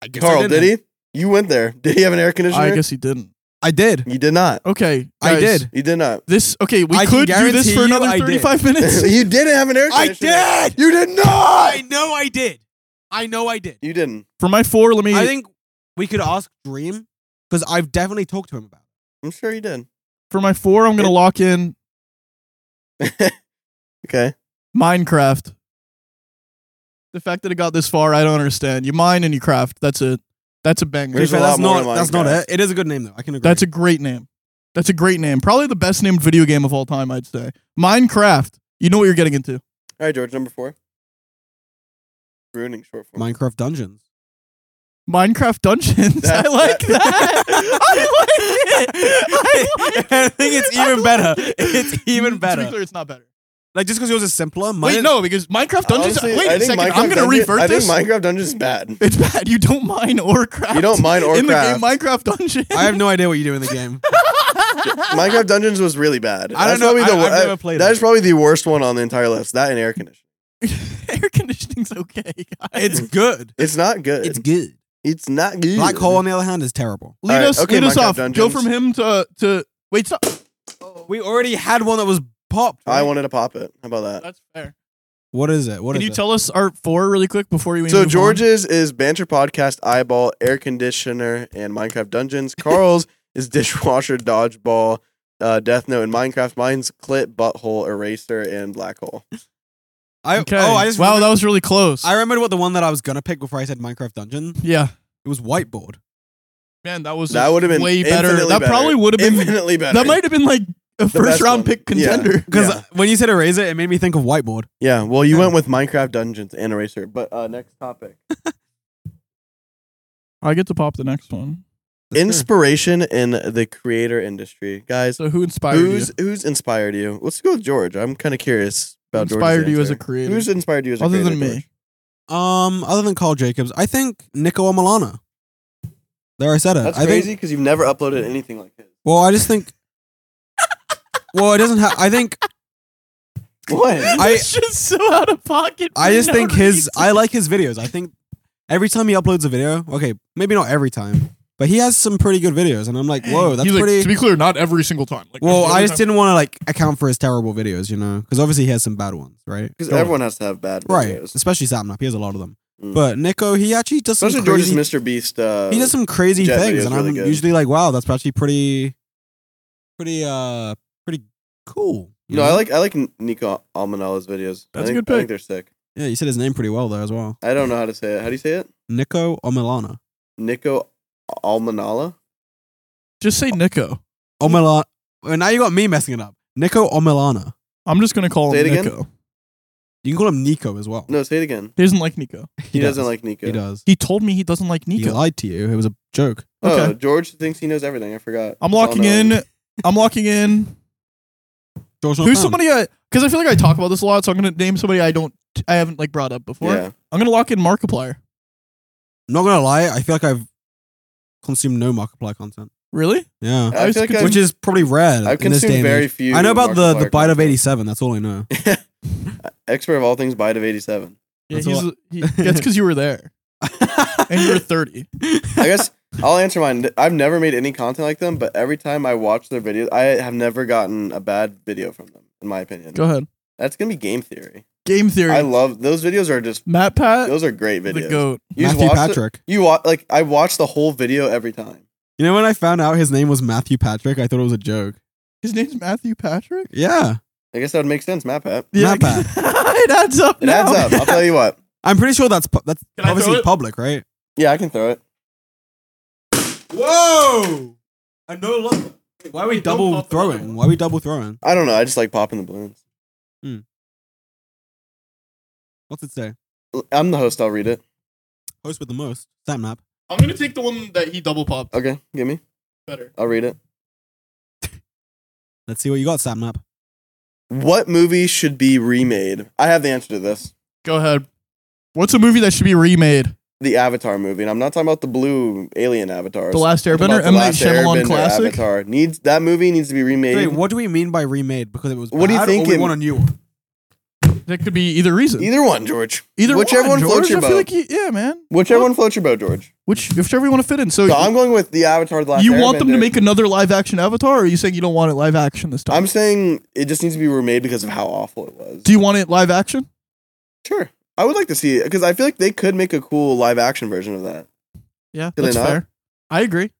Speaker 3: I guess I
Speaker 1: Carl, did
Speaker 3: didn't.
Speaker 1: he? You went there. Did he have an air
Speaker 2: air.
Speaker 1: conditioner?
Speaker 2: I guess he didn't.
Speaker 3: I did.
Speaker 1: You did not.
Speaker 2: Okay, guys,
Speaker 3: I did.
Speaker 1: You did
Speaker 2: <laughs>
Speaker 1: not.
Speaker 2: This okay? We
Speaker 3: I can
Speaker 2: could do this
Speaker 3: guarantee
Speaker 2: for
Speaker 3: you
Speaker 2: another
Speaker 3: I did.
Speaker 2: thirty-five
Speaker 1: <laughs>
Speaker 2: minutes.
Speaker 1: you didn't have an air conditioner. You did not.
Speaker 3: I know I did. I know I did.
Speaker 1: You didn't.
Speaker 2: For my four, let me.
Speaker 3: I think we could ask Dream because I've definitely talked to him about.
Speaker 1: I'm sure you did.
Speaker 2: for my four, I'm gonna
Speaker 1: It-
Speaker 2: lock in
Speaker 1: Okay.
Speaker 2: Minecraft. The fact that it got this far, I don't understand. You mine and you craft. That's a that's a
Speaker 3: it.
Speaker 2: banger.
Speaker 1: There's
Speaker 3: To be
Speaker 1: a
Speaker 3: fair,
Speaker 1: lot
Speaker 3: that's
Speaker 1: more
Speaker 3: not.
Speaker 1: in
Speaker 3: That's not
Speaker 1: Minecraft.
Speaker 3: it. It is a good name though. I can agree.
Speaker 2: That's a great name. That's a great name. Probably the best named video game of all time, I'd say. Minecraft. You know what you're getting into.
Speaker 1: All right, George, number four. Ruining short form.
Speaker 2: <laughs>
Speaker 3: Minecraft Dungeons. <laughs>
Speaker 2: Minecraft Dungeons. <laughs>
Speaker 1: That-
Speaker 2: I like
Speaker 1: that-
Speaker 2: that. I like
Speaker 1: <laughs>
Speaker 2: it. I, like
Speaker 3: I think it's
Speaker 2: I
Speaker 3: even
Speaker 2: like
Speaker 3: better.
Speaker 2: it.
Speaker 3: <laughs> It's even
Speaker 2: To be
Speaker 3: better.
Speaker 2: clear, it's not better.
Speaker 3: Like just because yours is simpler. Mine
Speaker 2: Wait,
Speaker 3: is-
Speaker 2: no, because Minecraft Dungeons.
Speaker 1: Honestly,
Speaker 2: wait
Speaker 1: I
Speaker 2: a
Speaker 1: think
Speaker 2: second.
Speaker 1: Minecraft
Speaker 2: I'm gonna
Speaker 1: Dungeon-
Speaker 2: revert
Speaker 1: I
Speaker 2: this.
Speaker 1: think Minecraft Dungeons is
Speaker 2: <laughs>
Speaker 1: bad.
Speaker 2: it's bad. You don't mine or craft.
Speaker 1: You don't mine or
Speaker 2: in
Speaker 1: craft.
Speaker 2: the game Minecraft Dungeons.
Speaker 3: <laughs>
Speaker 2: <laughs>
Speaker 3: I have no idea what you do in the game.
Speaker 1: Minecraft Dungeons was really bad.
Speaker 3: I
Speaker 1: That's
Speaker 3: don't know.
Speaker 1: probably the
Speaker 3: I-
Speaker 1: wor-
Speaker 3: I've never played
Speaker 1: That
Speaker 3: it.
Speaker 1: is probably the worst one on the entire list. That and air conditioning.
Speaker 2: air conditioning's okay. Guys.
Speaker 3: It's good.
Speaker 1: It's not good.
Speaker 3: It's
Speaker 1: It's,
Speaker 3: good.
Speaker 1: not good.
Speaker 3: Black Hole on the other hand is terrible.
Speaker 2: lead
Speaker 1: Alright,
Speaker 2: us
Speaker 1: okay,
Speaker 2: lead us
Speaker 1: Minecraft
Speaker 2: off. Go
Speaker 1: Dungeons.
Speaker 2: from him to to wait. Stop.
Speaker 3: We already had one that was popped.
Speaker 1: I
Speaker 3: right?
Speaker 1: wanted to pop it. How about that?
Speaker 2: That's fair.
Speaker 3: What is it? What
Speaker 2: Can
Speaker 3: is
Speaker 2: you
Speaker 3: it?
Speaker 2: tell us our four really quick before you?
Speaker 1: So
Speaker 2: move on?
Speaker 1: George's is banter podcast, eyeball, air conditioner, and Minecraft
Speaker 3: <laughs>
Speaker 1: Dungeons. Carl's is dishwasher, dodgeball, uh, death note, and Minecraft. Mine's clit, butthole, eraser, and black hole.
Speaker 3: I,
Speaker 2: Okay.
Speaker 3: Oh, I just
Speaker 2: wow,
Speaker 3: remembered,
Speaker 2: that was really close.
Speaker 3: I remembered what the one that I was gonna pick before I said Minecraft Dungeon.
Speaker 2: yeah,
Speaker 3: It was whiteboard.
Speaker 2: man, that was
Speaker 1: That would have been
Speaker 2: way better.
Speaker 1: infinitely
Speaker 2: That probably would have been.
Speaker 1: infinitely better.
Speaker 2: <laughs> That might have been like a first
Speaker 1: best
Speaker 2: round
Speaker 1: one.
Speaker 2: pick
Speaker 1: Yeah.
Speaker 2: contender.
Speaker 3: Because
Speaker 1: Yeah.
Speaker 3: when you said eraser, it made me think of whiteboard.
Speaker 1: <laughs> Yeah. Well, you
Speaker 3: Yeah.
Speaker 1: went with Minecraft Dungeons and eraser. But uh, next
Speaker 2: <laughs>
Speaker 1: topic:
Speaker 2: I get to pop the next one.
Speaker 1: inspiration in the creator industry, guys.
Speaker 2: So who inspired
Speaker 1: Who's
Speaker 2: you?
Speaker 1: who's inspired you? Let's go with George. I'm kind of curious about George's
Speaker 2: Inspired you as a
Speaker 1: answer.
Speaker 2: creator? <laughs>
Speaker 1: Who's inspired you as a
Speaker 2: Other
Speaker 1: creator,
Speaker 2: than me.
Speaker 1: George?
Speaker 3: Um, other than Carl Jacobs, I think Nico Milana. There, I said it.
Speaker 1: That's
Speaker 3: I
Speaker 1: crazy
Speaker 3: Think,
Speaker 1: because you've never uploaded anything like <laughs> his.
Speaker 3: well, I just think. well, it doesn't have. I
Speaker 1: <laughs>
Speaker 3: think
Speaker 1: What?
Speaker 3: I-
Speaker 2: It's just so out of pocket.
Speaker 3: I
Speaker 2: for
Speaker 3: just
Speaker 2: no
Speaker 3: think his.
Speaker 2: reason.
Speaker 3: I like his videos. I think every time he uploads a video, okay, maybe not every time, but he has some pretty good videos, and I'm like, whoa, that's
Speaker 2: He's like,
Speaker 3: pretty.
Speaker 2: to be clear, not every single time. Like,
Speaker 3: well,
Speaker 2: every
Speaker 3: I
Speaker 2: other
Speaker 3: just
Speaker 2: time.
Speaker 3: didn't want to like account for his terrible videos, you know, because obviously he has some bad ones, right?
Speaker 1: Because everyone has to have bad
Speaker 3: right,
Speaker 1: videos.
Speaker 3: especially Sapnap. He has a lot of them.
Speaker 1: Mm.
Speaker 3: But Nico, he actually does some
Speaker 1: Especially
Speaker 3: crazy.
Speaker 1: George's Mr. Beast. Uh,
Speaker 3: he does some crazy
Speaker 1: Jet video
Speaker 3: things,
Speaker 1: is
Speaker 3: and
Speaker 1: really
Speaker 3: I'm
Speaker 1: good.
Speaker 3: usually like, wow, that's actually pretty, pretty, uh, pretty cool. you
Speaker 1: No, I
Speaker 3: know?
Speaker 1: like I like Nico Almanella's videos. I
Speaker 2: That's
Speaker 1: think-
Speaker 2: a
Speaker 1: I
Speaker 2: good pick.
Speaker 1: think they're sick.
Speaker 3: Yeah, you said his name pretty well though as well.
Speaker 1: I don't know how to say it. How do you say it?
Speaker 3: Nico Omelana.
Speaker 1: Nico Almanala.
Speaker 2: Just say Nico.
Speaker 3: Omelana. Well, now you got me messing it up. Nico Omelana.
Speaker 2: I'm just gonna call
Speaker 1: Say
Speaker 2: him
Speaker 1: it again?
Speaker 2: Nico.
Speaker 3: You can call him Nico as <laughs> well.
Speaker 1: No, say it again.
Speaker 2: He doesn't like Nico.
Speaker 1: He, doesn't
Speaker 3: does.
Speaker 1: like Nico.
Speaker 3: He does.
Speaker 2: He told me he doesn't like
Speaker 3: He
Speaker 2: Nico.
Speaker 3: lied to you. It was a joke.
Speaker 1: Oh,
Speaker 2: Okay.
Speaker 1: George thinks he knows everything. I forgot.
Speaker 2: I'm
Speaker 1: It's all
Speaker 2: locking
Speaker 1: knowing.
Speaker 2: in. I'm locking in.
Speaker 3: George
Speaker 2: Who's
Speaker 1: Uh-huh.
Speaker 2: somebody I? Because I feel like I talk about this a lot, so I'm gonna name somebody I don't, I haven't like brought up before.
Speaker 1: Yeah.
Speaker 2: I'm gonna lock in Markiplier.
Speaker 3: I'm not gonna lie. I feel like I've consumed no Markiplier content.
Speaker 2: Really?
Speaker 3: Yeah,
Speaker 1: I
Speaker 2: was
Speaker 1: feel like
Speaker 2: confused.
Speaker 1: I've,
Speaker 3: which is probably rare.
Speaker 1: I've
Speaker 3: in this day
Speaker 1: consumed
Speaker 3: and
Speaker 1: very
Speaker 3: age.
Speaker 1: few.
Speaker 3: I know about the
Speaker 1: Markiplier
Speaker 3: the bite of
Speaker 1: content.
Speaker 3: '87. That's all I know.
Speaker 1: Expert of all things bite of 87.
Speaker 2: Yeah,
Speaker 3: That's
Speaker 2: he's,
Speaker 3: a
Speaker 2: he, that's because you were there <laughs>
Speaker 1: <laughs>
Speaker 2: and you were 30.
Speaker 1: I guess I'll answer mine. I've never made any content like them, but every time I watch their videos, I have never gotten a bad video from them, in my opinion.
Speaker 2: Go ahead.
Speaker 1: That's gonna be game theory.
Speaker 2: Game theory.
Speaker 1: I love those videos. Are just
Speaker 2: Matt Pat,
Speaker 1: those are great
Speaker 2: the
Speaker 1: videos.
Speaker 2: goat.
Speaker 1: You just
Speaker 3: Matthew
Speaker 1: watch the-
Speaker 3: Patrick.
Speaker 1: you watch like I watch the whole video every time.
Speaker 3: You know when I found out his name was Matthew Patrick, I thought it was a joke.
Speaker 2: His name's Matthew Patrick.
Speaker 3: Yeah,
Speaker 1: I guess that would make sense, Matt
Speaker 2: <laughs>
Speaker 1: Pat.
Speaker 3: Yeah.
Speaker 2: it adds up.
Speaker 1: It adds up.
Speaker 2: <laughs>
Speaker 1: I'll tell you what.
Speaker 3: I'm pretty sure that's pu- that's
Speaker 2: Can I throw
Speaker 3: obviously
Speaker 2: it?
Speaker 3: public, right?
Speaker 1: Yeah, I can throw it.
Speaker 3: Whoa! I no longer. Why are we double throwing? Why are we double throwing?
Speaker 1: I don't know. I just like popping the balloons.
Speaker 3: What's it say?
Speaker 1: L- I'm the host. I'll read it.
Speaker 3: Host with the most. Sam Nap.
Speaker 2: I'm gonna take the one that he double popped.
Speaker 1: Okay, give me.
Speaker 2: Better.
Speaker 1: I'll read it.
Speaker 3: Let's see what you got, Sam Nap.
Speaker 1: What movie should be remade? I have the answer to this.
Speaker 2: Go ahead. What's a movie that should be remade?
Speaker 1: The Avatar movie, and I'm not talking about the blue alien avatars.
Speaker 2: The Last
Speaker 1: I'm talking
Speaker 2: Airbender,
Speaker 1: about
Speaker 2: M Night
Speaker 1: Last
Speaker 2: Shyamalan
Speaker 1: Airbender
Speaker 2: classic.
Speaker 1: Avatar needs that movie needs to be remade.
Speaker 3: Wait, what do we mean by remade? Because it was.
Speaker 1: What do you
Speaker 3: bad,
Speaker 1: think
Speaker 3: Or we
Speaker 1: it-
Speaker 3: want a new one.
Speaker 2: That could be either reason.
Speaker 1: Either one, George.
Speaker 2: Either
Speaker 1: whichever one floats
Speaker 2: George,
Speaker 1: your
Speaker 2: I feel
Speaker 1: boat.
Speaker 2: like you- yeah, man.
Speaker 1: Whichever one floats your boat, George.
Speaker 2: Which whichever you want to fit in. So,
Speaker 1: So I'm going with the Avatar. The Last
Speaker 2: you want them to
Speaker 1: Airbender.
Speaker 2: make another live action Avatar, or are you saying you don't want it live action this time?
Speaker 1: I'm saying it just needs to be remade because of how awful it was.
Speaker 2: Do you want it live action?
Speaker 1: sure. I would like to see it because I feel like they could make a cool live action version of that.
Speaker 2: Yeah,
Speaker 1: Could they
Speaker 2: that's
Speaker 1: not?
Speaker 2: fair. I agree.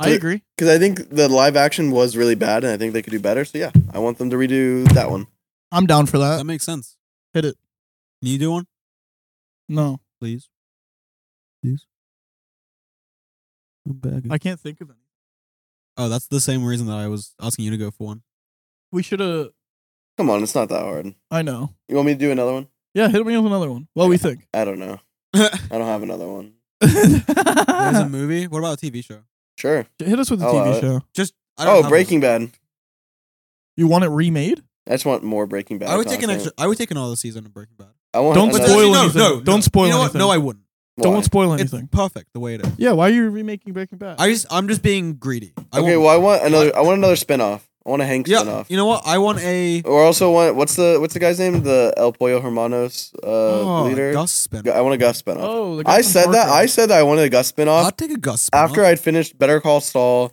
Speaker 2: I
Speaker 1: Could-
Speaker 2: agree.
Speaker 1: Because I think the live action was really bad and I think they could do better. So yeah, I want them to redo that one.
Speaker 2: I'm down for that.
Speaker 3: That makes sense.
Speaker 2: Hit it.
Speaker 3: Can you do one,
Speaker 2: No,
Speaker 3: please? Please. I'm begging.
Speaker 2: I can't think of any.
Speaker 3: oh, that's the same reason that I was asking you to go for <laughs> one.
Speaker 2: We should have.
Speaker 1: Come on, it's not that hard.
Speaker 2: I know.
Speaker 1: You want me to do another one?
Speaker 2: Yeah, hit me with another one. What do we <laughs> think?
Speaker 1: I don't know. I don't have another one.
Speaker 3: There's a
Speaker 2: hit
Speaker 3: movie. What about a TV show?
Speaker 1: Sure.
Speaker 2: us with a
Speaker 1: I'll allow
Speaker 2: TV
Speaker 1: it.
Speaker 2: show.
Speaker 3: Just I don't
Speaker 1: Oh,
Speaker 3: have
Speaker 1: Breaking Bad.
Speaker 2: You want it remade?
Speaker 1: I just want more Breaking Bad.
Speaker 3: One. I would take an
Speaker 1: content.
Speaker 3: extra. I would take another season of Breaking Bad.
Speaker 1: I want
Speaker 2: Don't
Speaker 1: another-
Speaker 2: spoil
Speaker 3: no,
Speaker 2: anything.
Speaker 3: No, no,
Speaker 2: Don't spoil
Speaker 3: you know
Speaker 2: anything.
Speaker 3: What? No, I wouldn't.
Speaker 1: Why?
Speaker 2: Don't spoil
Speaker 3: It's
Speaker 2: anything.
Speaker 3: perfect the way it is.
Speaker 2: yeah, why are you remaking Breaking Bad?
Speaker 3: I just, I'm just being greedy. I
Speaker 1: okay,
Speaker 3: want,
Speaker 1: well I want another I want another spinoff. I want a Hank
Speaker 3: yeah,
Speaker 1: spinoff.
Speaker 3: you know what? I want a
Speaker 1: Or also want what's the what's the guy's name? The El Pollo Hermanos uh,
Speaker 3: oh,
Speaker 1: leader.
Speaker 3: Gus spin.
Speaker 1: Gu- I want a Gus spinoff.
Speaker 2: oh, the guy
Speaker 1: I
Speaker 2: from
Speaker 1: said that.
Speaker 2: Fargo.
Speaker 1: I said that I wanted a Gus spinoff
Speaker 3: I'll take a Gus spin.
Speaker 1: after I'd finished Better Call Saul,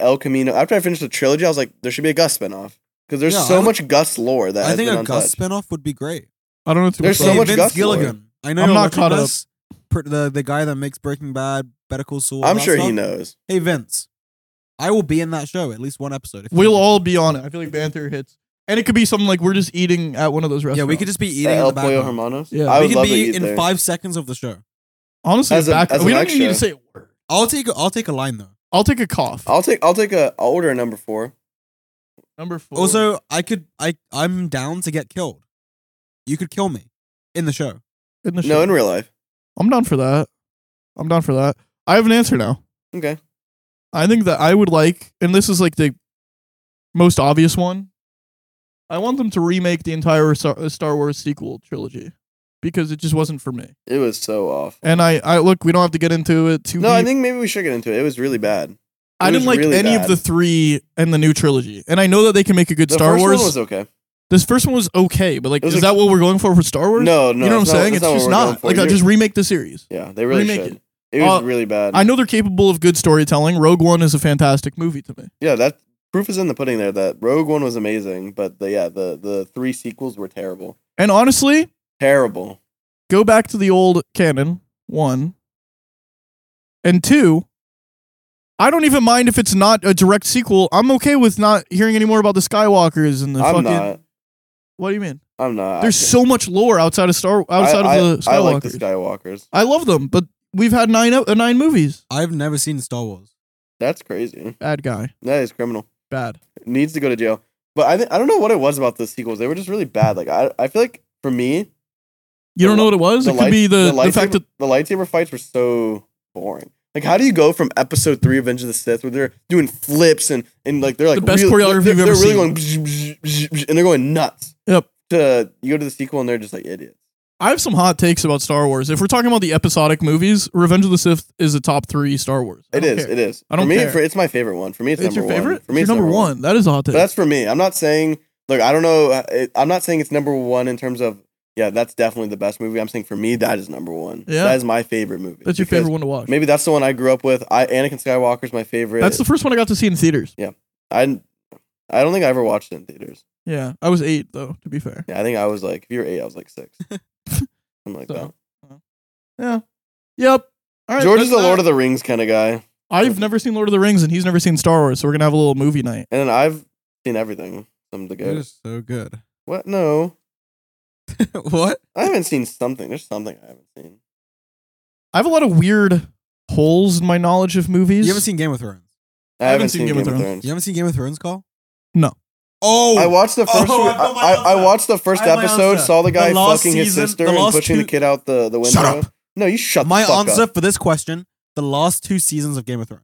Speaker 1: El Camino. After I finished the trilogy, I was like, there should be a Gus spinoff because there's
Speaker 3: Yeah,
Speaker 1: so
Speaker 3: I would-
Speaker 1: much Gus lore that
Speaker 3: I
Speaker 1: has
Speaker 3: think
Speaker 1: been
Speaker 3: a Gus
Speaker 1: untouched.
Speaker 3: spinoff would be great.
Speaker 2: I don't know. Too
Speaker 1: There's
Speaker 2: much
Speaker 1: so
Speaker 3: Hey,
Speaker 2: about
Speaker 1: much
Speaker 2: it.
Speaker 3: Vince
Speaker 1: Gus
Speaker 3: Gilligan. I know
Speaker 2: I'm
Speaker 3: you're
Speaker 2: not
Speaker 3: watching
Speaker 2: caught up.
Speaker 3: this, pr- the the guy that makes Breaking Bad, Better Call Saul. all
Speaker 1: I'm
Speaker 3: that
Speaker 1: sure he
Speaker 3: stuff.
Speaker 1: knows.
Speaker 3: Hey Vince, I will be in that show at least one episode. if you
Speaker 2: We'll
Speaker 3: want.
Speaker 2: all be on it. I feel like banter hits, and it could be something like we're just eating at one of those restaurants.
Speaker 3: Yeah, we could just be
Speaker 1: Uh,
Speaker 3: eating. in
Speaker 1: El
Speaker 3: the
Speaker 1: Pollo
Speaker 3: background.
Speaker 1: Hermanos.
Speaker 2: Yeah.
Speaker 1: I
Speaker 2: We
Speaker 1: would
Speaker 3: we could
Speaker 1: love to
Speaker 3: be
Speaker 1: eat
Speaker 3: in
Speaker 1: there.
Speaker 3: five seconds of the show.
Speaker 2: honestly
Speaker 1: as a-
Speaker 2: back.
Speaker 1: as an
Speaker 2: we don't even need
Speaker 1: extra.
Speaker 2: to say. a word.
Speaker 3: I'll take I'll take a line though.
Speaker 2: I'll take a cough.
Speaker 1: I'll take. I'll take a. I'll order a number four.
Speaker 2: Number four.
Speaker 3: Also, I could I I'm down to get killed. You could kill me in the show.
Speaker 2: in
Speaker 1: No,
Speaker 2: the show.
Speaker 1: in real life.
Speaker 2: I'm down for that. I'm down for that. I have an answer now.
Speaker 1: Okay.
Speaker 2: I think that I would like, and this is like the most obvious one. I want them to remake the entire Star Star Wars sequel trilogy because it just wasn't for me.
Speaker 1: It was so off.
Speaker 2: And I, I look, we don't have to get into it too.
Speaker 1: No,
Speaker 2: deep.
Speaker 1: I think maybe we should get into it. It was really bad.
Speaker 2: I
Speaker 1: It
Speaker 2: didn't
Speaker 1: was
Speaker 2: like
Speaker 1: really
Speaker 2: any
Speaker 1: bad.
Speaker 2: of the three and the new trilogy. And I know that they can make a good
Speaker 1: The
Speaker 2: Star
Speaker 1: first
Speaker 2: Wars.
Speaker 1: one was okay.
Speaker 2: this first one was okay, but like,
Speaker 1: It was
Speaker 2: is
Speaker 1: a-
Speaker 2: that what we're going for for Star Wars?
Speaker 1: No, no,
Speaker 2: you know what
Speaker 1: it's
Speaker 2: I'm
Speaker 1: not-
Speaker 2: saying?
Speaker 1: it's
Speaker 2: It's,
Speaker 1: not what
Speaker 2: just
Speaker 1: we're going
Speaker 2: not.
Speaker 1: for.
Speaker 2: Like, I
Speaker 1: You're-
Speaker 2: just remake the series.
Speaker 1: Yeah, they really
Speaker 2: Remake
Speaker 1: should. It, was
Speaker 2: Uh,
Speaker 1: really bad.
Speaker 2: I know they're capable of good storytelling. Rogue One is a fantastic movie to me.
Speaker 1: Yeah, that proof is in the pudding there. That Rogue One was amazing, but the yeah the the three sequels were terrible.
Speaker 2: And honestly,
Speaker 1: Terrible.
Speaker 2: go back to the old canon one and two. I don't even mind if it's not a direct sequel. I'm okay with not hearing any more about the Skywalkers and the
Speaker 1: I'm
Speaker 2: fucking.
Speaker 1: not.
Speaker 2: What do you mean?
Speaker 1: I'm not.
Speaker 2: There's so much lore outside of Star outside
Speaker 1: I,
Speaker 2: of the
Speaker 1: I,
Speaker 2: Skywalkers.
Speaker 1: I like the Skywalkers.
Speaker 2: I love them, but we've had nine uh, nine movies.
Speaker 3: I've never seen Star Wars.
Speaker 1: That's crazy.
Speaker 2: Bad guy,
Speaker 1: That is criminal.
Speaker 2: bad.
Speaker 1: needs to go to jail. But I th- I don't know what it was about the sequels. They were just really bad. Like I I feel like for me,
Speaker 2: You
Speaker 1: The
Speaker 2: don't know
Speaker 1: li-
Speaker 2: what it was. It could
Speaker 1: light-
Speaker 2: be the, the,
Speaker 1: lightsaber,
Speaker 2: fact that
Speaker 1: the lightsaber fights were so boring. Like how do you go from episode three of Revenge of the Sith where they're doing flips and, and like they're like
Speaker 2: The best
Speaker 1: really-
Speaker 2: choreography
Speaker 1: they're,
Speaker 2: you've ever
Speaker 1: they're
Speaker 2: seen.
Speaker 1: really going bzz, bzz, bzz, bzz, and they're going nuts.
Speaker 2: Yep.
Speaker 1: To you go to the sequel and they're just like idiots.
Speaker 2: I have some hot takes about Star Wars. If we're talking about the episodic movies, Revenge of the Sith is the top three Star Wars. I
Speaker 1: It
Speaker 2: don't
Speaker 1: is.
Speaker 2: care.
Speaker 1: It is.
Speaker 2: I don't
Speaker 1: for me,
Speaker 2: care.
Speaker 1: for, it's my favorite one. For me, it's,
Speaker 2: It's your
Speaker 1: number
Speaker 2: favorite.
Speaker 1: one. For me,
Speaker 2: it's your number one. That is a hot take.
Speaker 1: But that's for me. I'm not saying look. I don't know. uh, I'm not saying it's number one in terms of yeah. That's definitely the best movie. I'm saying for me that is number one.
Speaker 2: Yeah.
Speaker 1: that is my favorite movie.
Speaker 2: That's your
Speaker 1: Because
Speaker 2: favorite one to watch.
Speaker 1: Maybe that's the one I grew up with. I Anakin Skywalker's my favorite.
Speaker 2: That's the first one I got to see in theaters.
Speaker 1: I I don't think I ever watched it in theaters.
Speaker 2: Yeah, I was eight though. To be fair,
Speaker 1: Yeah, I think I was like if you were eight, I was like six. Something like
Speaker 2: So,
Speaker 1: that.
Speaker 2: yep. All right,
Speaker 1: George
Speaker 2: that's
Speaker 1: is a
Speaker 2: that.
Speaker 1: Lord of the Rings kind of guy,
Speaker 2: I've never seen Lord of the Rings, and he's never seen Star Wars, so we're gonna have a little movie night.
Speaker 1: and then I've seen everything. Some of the
Speaker 3: It
Speaker 1: guys.
Speaker 3: is so good.
Speaker 1: What? No,
Speaker 3: <laughs> what?
Speaker 1: I haven't seen something. There's something I haven't seen.
Speaker 2: I have a lot of weird holes in my knowledge of movies.
Speaker 3: You haven't seen Game of Thrones?
Speaker 1: I, haven't, seen, Game, of Thrones.
Speaker 3: You haven't seen Game of Thrones, Carl?
Speaker 2: No.
Speaker 3: Oh,
Speaker 1: I watched the
Speaker 3: Oh,
Speaker 1: first.
Speaker 3: I
Speaker 1: one-
Speaker 3: know my
Speaker 1: I, I,
Speaker 3: answer.
Speaker 1: watched the first
Speaker 3: I have my
Speaker 1: episode.
Speaker 3: answer.
Speaker 1: Saw the
Speaker 3: The
Speaker 1: guy
Speaker 3: last
Speaker 1: fucking his
Speaker 3: season-
Speaker 1: sister
Speaker 3: the
Speaker 1: and
Speaker 3: last
Speaker 1: pushing
Speaker 3: two-
Speaker 1: the kid out the the window.
Speaker 3: Oh, Shut up.
Speaker 1: No, you shut
Speaker 3: my
Speaker 1: the fuck
Speaker 3: answer
Speaker 1: up.
Speaker 3: for this question: the last two seasons of Game of Thrones.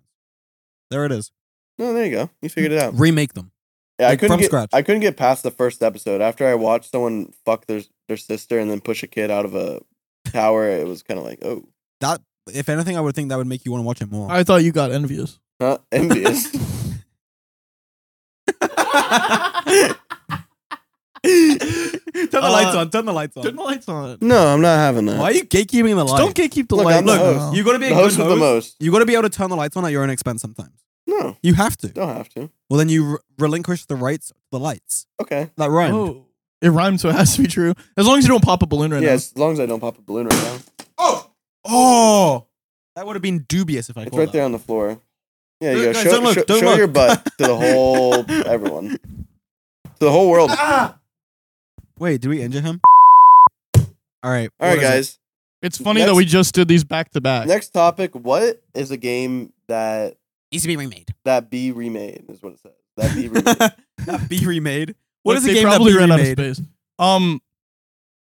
Speaker 3: There it is.
Speaker 1: No, there you go. You figured it out.
Speaker 3: Remake them.
Speaker 1: Yeah, I
Speaker 3: Like,
Speaker 1: couldn't
Speaker 3: from
Speaker 1: get,
Speaker 3: scratch.
Speaker 1: I couldn't get past the first episode. After I watched someone fuck their their sister and then push a kid out of a tower, it was kind of like, oh,
Speaker 3: That, if anything, I would think that would make you want to watch it more.
Speaker 2: I thought you got envious.
Speaker 1: huh? <laughs> envious.
Speaker 3: <laughs> turn the lights
Speaker 2: Uh,
Speaker 3: on. Turn the lights on.
Speaker 2: Turn the lights on.
Speaker 1: no, I'm not having that.
Speaker 3: Why are you gatekeeping the lights?
Speaker 2: Don't gatekeep the
Speaker 1: Look,
Speaker 2: lights.
Speaker 1: I'm the
Speaker 2: on.
Speaker 1: host.
Speaker 3: You got to be a
Speaker 1: the
Speaker 3: good
Speaker 1: host
Speaker 3: host.
Speaker 1: with the most?
Speaker 3: You got to be able to turn the lights on at your own expense sometimes.
Speaker 1: No,
Speaker 3: You have to.
Speaker 1: don't have to.
Speaker 3: Well, then you re- relinquish the rights to the lights.
Speaker 1: Okay.
Speaker 3: That rhymed.
Speaker 2: Oh, it rhymes, so it has to be true. As long as you don't pop a balloon right
Speaker 1: yeah, as long as I don't pop a balloon right now,
Speaker 3: Oh, oh, that would have been dubious if I.
Speaker 1: it's
Speaker 3: called
Speaker 1: right there
Speaker 3: that.
Speaker 1: on the floor. Yeah,
Speaker 3: Dude,
Speaker 1: you go.
Speaker 3: guys,
Speaker 1: show
Speaker 3: don't look,
Speaker 1: show-
Speaker 3: don't
Speaker 1: show
Speaker 3: look.
Speaker 1: your butt to the whole
Speaker 3: <laughs>
Speaker 1: everyone, to the whole world.
Speaker 3: Wait, did we injure him? All right.
Speaker 1: All
Speaker 3: what
Speaker 1: right,
Speaker 3: is it?
Speaker 1: guys.
Speaker 2: now. It's funny that
Speaker 1: Next-
Speaker 2: we just did these back to back.
Speaker 1: Next topic: What is a game that
Speaker 3: Needs to
Speaker 1: <laughs>
Speaker 3: be remade.
Speaker 1: that be remade? Is what it says. That be
Speaker 3: <laughs>
Speaker 1: remade.
Speaker 3: Not be <laughs> remade. What
Speaker 2: Like,
Speaker 3: is a
Speaker 2: they
Speaker 3: game that
Speaker 2: probably
Speaker 3: be
Speaker 2: ran out of
Speaker 3: remade?
Speaker 2: space? Um,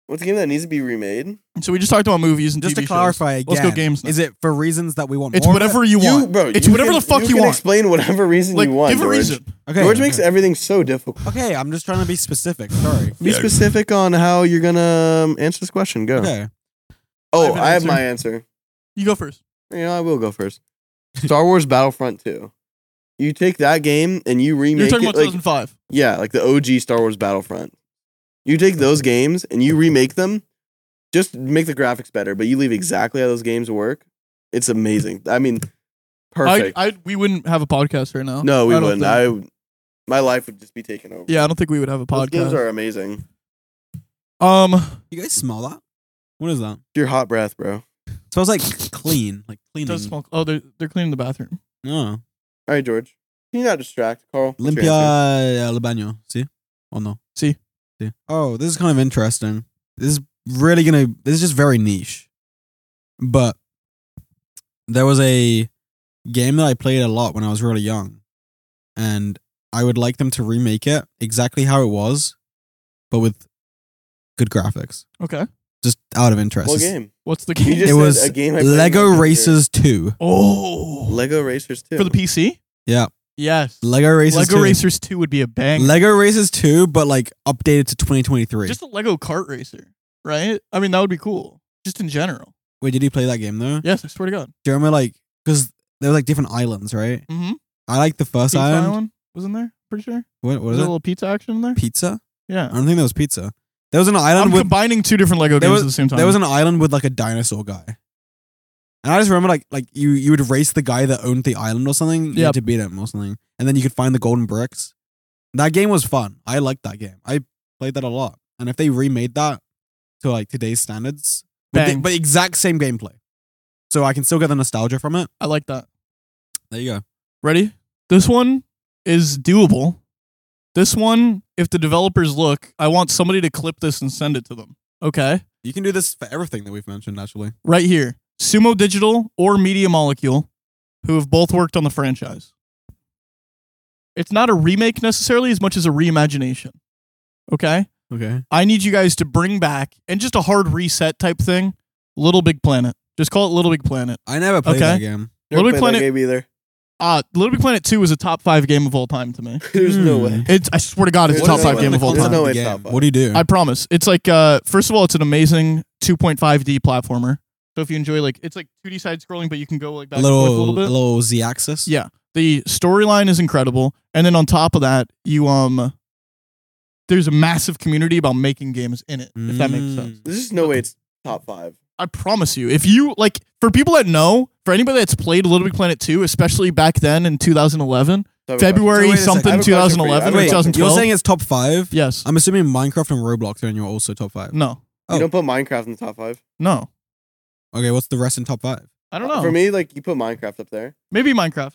Speaker 1: What's a game that needs to be remade?
Speaker 2: so we just talked about movies and
Speaker 3: Just
Speaker 2: TV
Speaker 3: to clarify
Speaker 2: shows.
Speaker 3: again,
Speaker 2: Let's go games. Now.
Speaker 3: Is it for reasons that we want?
Speaker 2: it's
Speaker 3: more?
Speaker 2: whatever you
Speaker 1: You,
Speaker 2: want.
Speaker 1: bro,
Speaker 2: it's
Speaker 1: you
Speaker 2: whatever
Speaker 1: can-
Speaker 2: the fuck you,
Speaker 1: can
Speaker 2: want.
Speaker 1: Explain whatever reason
Speaker 2: Like,
Speaker 1: you want.
Speaker 2: give a
Speaker 1: George.
Speaker 2: reason.
Speaker 3: Okay,
Speaker 1: George
Speaker 3: okay.
Speaker 1: makes everything so difficult.
Speaker 3: Okay, I'm just trying to be specific. Sorry.
Speaker 1: Be specific on how you're gonna um, answer this question. Go.
Speaker 3: Okay.
Speaker 1: Oh,
Speaker 2: I have an
Speaker 1: I have my
Speaker 2: answer.
Speaker 1: answer.
Speaker 2: You go first.
Speaker 1: You know, I will go
Speaker 2: <laughs>
Speaker 1: first. Star Wars Battlefront Two. You take that game and you remake
Speaker 2: You're talking
Speaker 1: it.
Speaker 2: about
Speaker 1: like,
Speaker 2: 2005.
Speaker 1: Yeah, like the OG Star Wars Battlefront. You take those games and you remake them, just make the graphics better, but you leave exactly how those games work. It's amazing. I mean, perfect.
Speaker 2: I, I, we wouldn't have a podcast right now.
Speaker 1: no, we
Speaker 2: I don't
Speaker 1: wouldn't.
Speaker 2: think-
Speaker 1: I my life would just be taken over.
Speaker 2: yeah, I don't think we would have a
Speaker 1: those games
Speaker 2: podcast.
Speaker 1: are amazing.
Speaker 2: um,
Speaker 3: You guys smell that? What is that?
Speaker 1: Your hot breath, bro. All
Speaker 3: It smells like clean, like
Speaker 2: it
Speaker 3: cleaning. Oh.
Speaker 2: does smell. Oh, they're they're cleaning the bathroom.
Speaker 3: No,
Speaker 1: right, George. Can you not distract Carl? What's your
Speaker 3: limpia
Speaker 1: answer?
Speaker 3: alabano. eh, See? Oh no.
Speaker 2: See.
Speaker 3: See. Oh, this is kind of interesting. This is really gonna. This is just very niche. But there was a game that I played a lot when I was really young, and I would like them to remake it exactly how it was, but with good graphics.
Speaker 2: Okay,
Speaker 3: Just out of interest.
Speaker 1: What
Speaker 3: It's-
Speaker 1: game?
Speaker 2: what's the
Speaker 1: You
Speaker 2: game?
Speaker 1: just
Speaker 3: it
Speaker 1: said
Speaker 3: was
Speaker 1: a game I played
Speaker 3: Lego
Speaker 1: when I was
Speaker 3: Racers Two.
Speaker 2: oh,
Speaker 1: Lego Racers Two.
Speaker 2: for the PC.
Speaker 3: Yeah,
Speaker 2: Yes,
Speaker 3: Lego Racers.
Speaker 2: Lego
Speaker 3: 2.
Speaker 2: Racers Two would be a bang.
Speaker 3: Lego Racers 2, but like updated to 2023.
Speaker 2: Just a Lego kart racer, right? I mean, that would be cool. Just in general.
Speaker 3: Wait, did you play that game though?
Speaker 2: Yes, I swear to God.
Speaker 3: Do you remember like because there were like different islands, right?
Speaker 2: Mm-hmm.
Speaker 3: I like the first
Speaker 2: Pizza
Speaker 3: island.
Speaker 2: Island was in there. Pretty sure.
Speaker 3: What, what
Speaker 2: Was
Speaker 3: is
Speaker 2: there
Speaker 3: it?
Speaker 2: a little pizza action in there?
Speaker 3: Pizza? I
Speaker 2: Yeah.
Speaker 3: don't think there was pizza. There was an
Speaker 2: I'm
Speaker 3: island with
Speaker 2: combining two different Lego
Speaker 3: there
Speaker 2: games
Speaker 3: was-
Speaker 2: at the same time.
Speaker 3: there was an island with like a dinosaur guy, and I just remember like like you you would race the guy that owned the island or something. You
Speaker 2: Yep.
Speaker 3: had to beat him or something, and then you could find the golden bricks. That game was fun. I liked that game. I played that a lot. And if they remade that to like today's standards, with the-
Speaker 2: Bang.
Speaker 3: but exact same gameplay, so I can still get the nostalgia from it.
Speaker 2: I like that.
Speaker 3: There you go.
Speaker 2: Ready? This one is doable. This one, if the developers look, I want somebody to clip this and send it to them. Okay.
Speaker 3: You can do this for everything that we've mentioned, actually.
Speaker 2: right here sumo digital or media molecule who have both worked on the franchise it's not a remake necessarily as much as a reimagination okay
Speaker 3: Okay.
Speaker 2: i need you guys to bring back and just a hard reset type thing little big planet just call it little big planet
Speaker 3: I never played
Speaker 2: Okay.
Speaker 3: that game.
Speaker 1: Never
Speaker 2: Little Big
Speaker 1: played
Speaker 2: Planet-
Speaker 1: that game either.
Speaker 2: uh little big planet 2 is a top five game of all time to me
Speaker 1: There's no
Speaker 3: Hmm.
Speaker 1: way.
Speaker 2: it's i swear to god it's a
Speaker 1: There's
Speaker 2: top
Speaker 1: no
Speaker 2: five
Speaker 1: way.
Speaker 2: game of all
Speaker 1: There's
Speaker 2: time
Speaker 1: no way
Speaker 3: The
Speaker 1: it's
Speaker 3: game.
Speaker 1: top
Speaker 3: What do you do?
Speaker 2: I promise. It's like uh first of all, it's an amazing 2.5D platformer. So if you enjoy like it's like 2D side scrolling, but you can go like back
Speaker 3: a
Speaker 2: and forth
Speaker 3: little,
Speaker 2: a little bit.
Speaker 3: a little Z axis.
Speaker 2: Yeah. The storyline is incredible, and then on top of that, you um, there's a massive community about making games in it. If that
Speaker 3: Mm.
Speaker 2: makes sense,
Speaker 1: There's just no way it's top five.
Speaker 2: I promise you. If you like, for people that know, for anybody that's played Little Big Planet 2, especially back then in
Speaker 1: Oh,
Speaker 2: 2011,
Speaker 1: So I have a
Speaker 2: February
Speaker 3: So wait a second. I
Speaker 2: something
Speaker 1: have a question for you. I
Speaker 2: 2011
Speaker 1: have a
Speaker 2: or
Speaker 1: question. You're
Speaker 2: 2012.
Speaker 3: you're saying it's top five?
Speaker 2: yes.
Speaker 3: I'm assuming Minecraft and Roblox are in your also top five.
Speaker 2: No.
Speaker 1: You
Speaker 3: Oh.
Speaker 1: don't put Minecraft in the top five.
Speaker 2: No.
Speaker 3: Okay, what's the rest in top five?
Speaker 2: I don't know.
Speaker 1: Uh, For me, like you put Minecraft up there.
Speaker 2: maybe Minecraft.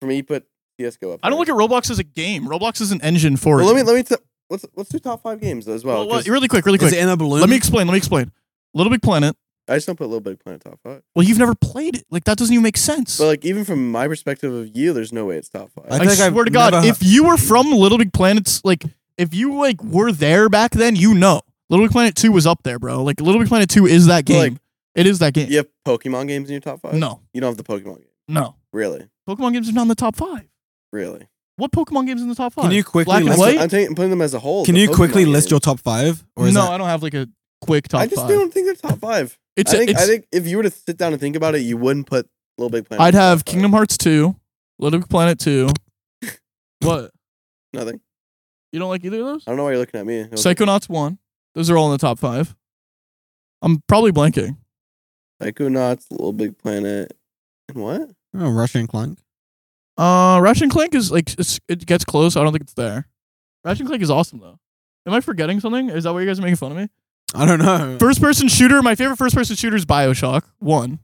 Speaker 1: For me, you put CS:GO up.
Speaker 2: I don't
Speaker 1: there.
Speaker 2: look at Roblox as a game. Roblox is an engine for
Speaker 1: Well,
Speaker 2: it.
Speaker 1: let me let me. T- let's let's do top five games as well.
Speaker 2: Well, well,
Speaker 1: 'cause
Speaker 2: really quick, really
Speaker 3: Is
Speaker 2: quick.
Speaker 3: it in a balloon?
Speaker 2: Let me explain. Let me explain. Little Big Planet.
Speaker 1: I just don't put Little Big Planet top five.
Speaker 2: Well, you've never played it. Like that doesn't even make sense.
Speaker 1: But like even from my perspective of you, there's no way it's top five.
Speaker 3: I
Speaker 2: I,
Speaker 3: think I've
Speaker 2: swear to God,
Speaker 3: never-
Speaker 2: if you were from Little Big Planet's, like, if you like were there back then, you know, Little Big Planet Two was up there, bro. Like, Little Big Planet Two is that game.
Speaker 1: Well, like-
Speaker 2: it is that game.
Speaker 1: you have Pokemon games in your top five.
Speaker 2: No,
Speaker 1: you don't have the Pokemon game.
Speaker 2: no,
Speaker 1: Really,
Speaker 2: Pokemon games are not in the top five.
Speaker 1: really.
Speaker 2: What Pokemon games in the top five?
Speaker 3: Can you quickly
Speaker 2: Black and
Speaker 3: list-
Speaker 2: White?
Speaker 1: I'm, taking, I'm putting them as a whole.
Speaker 3: Can
Speaker 1: the
Speaker 3: you
Speaker 1: Pokemon
Speaker 3: quickly
Speaker 1: games.
Speaker 3: list your top five? Or
Speaker 2: no,
Speaker 3: is
Speaker 2: I don't have like a quick top
Speaker 1: I just
Speaker 2: five.
Speaker 1: don't think they're top five.
Speaker 2: It's,
Speaker 1: I think
Speaker 2: it's
Speaker 1: I think if you were to sit down and think about it, you wouldn't put Little Big Planet.
Speaker 2: I'd
Speaker 1: in the
Speaker 2: have
Speaker 1: top five.
Speaker 2: Kingdom Hearts Two, Little Big
Speaker 1: <laughs>
Speaker 2: Planet Two. what?
Speaker 1: Nothing.
Speaker 2: You don't like either of those?
Speaker 1: I don't know why you're looking at me. It was
Speaker 2: Psychonauts One. Those are all in the top five. I'm probably blanking.
Speaker 1: like Psychonauts, Little Big Planet, and what?
Speaker 3: that oh, Russian Clank?
Speaker 2: Uh, Ratchet and Clank is like it's, it gets close. I don't think it's there. Ratchet and Clank is awesome though. Am I forgetting something? Is that why you guys are making fun of me?
Speaker 3: I don't know.
Speaker 2: First person shooter. My favorite first person shooter is Bioshock One.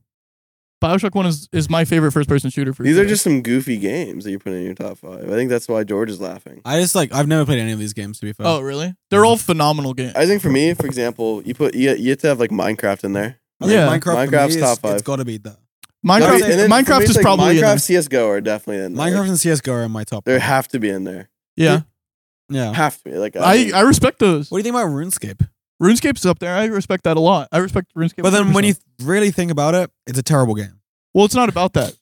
Speaker 2: Bioshock One is is my favorite first person shooter. For
Speaker 1: These
Speaker 2: sure.
Speaker 1: are just some goofy games that you put in your top five. I think that's why George is laughing.
Speaker 3: I just like I've never played any of these games to be fair.
Speaker 2: Oh really? They're all phenomenal games.
Speaker 1: I think for me, for example, you put you, you have to have like Minecraft in there.
Speaker 3: I think
Speaker 2: yeah.
Speaker 3: Minecraft for me
Speaker 1: Minecraft's
Speaker 3: is-
Speaker 1: top five.
Speaker 3: It's got to be that.
Speaker 1: No,
Speaker 2: Minecraft.
Speaker 1: and then for me,
Speaker 2: Minecraft
Speaker 1: it's
Speaker 2: is
Speaker 1: like
Speaker 2: probably in there.
Speaker 1: Minecraft, CS:GO are definitely in there.
Speaker 3: Minecraft
Speaker 1: Like,
Speaker 3: and CS:GO are in my top.
Speaker 1: they have to be in there.
Speaker 2: yeah.
Speaker 3: Yeah.
Speaker 1: Have to be like
Speaker 2: I, I respect those.
Speaker 3: What do you think about RuneScape?
Speaker 2: RuneScape's up there. I respect that a lot. I respect RuneScape.
Speaker 3: But then when
Speaker 2: 100%.
Speaker 3: you really think about it, it's a terrible game.
Speaker 2: well, it's not about that.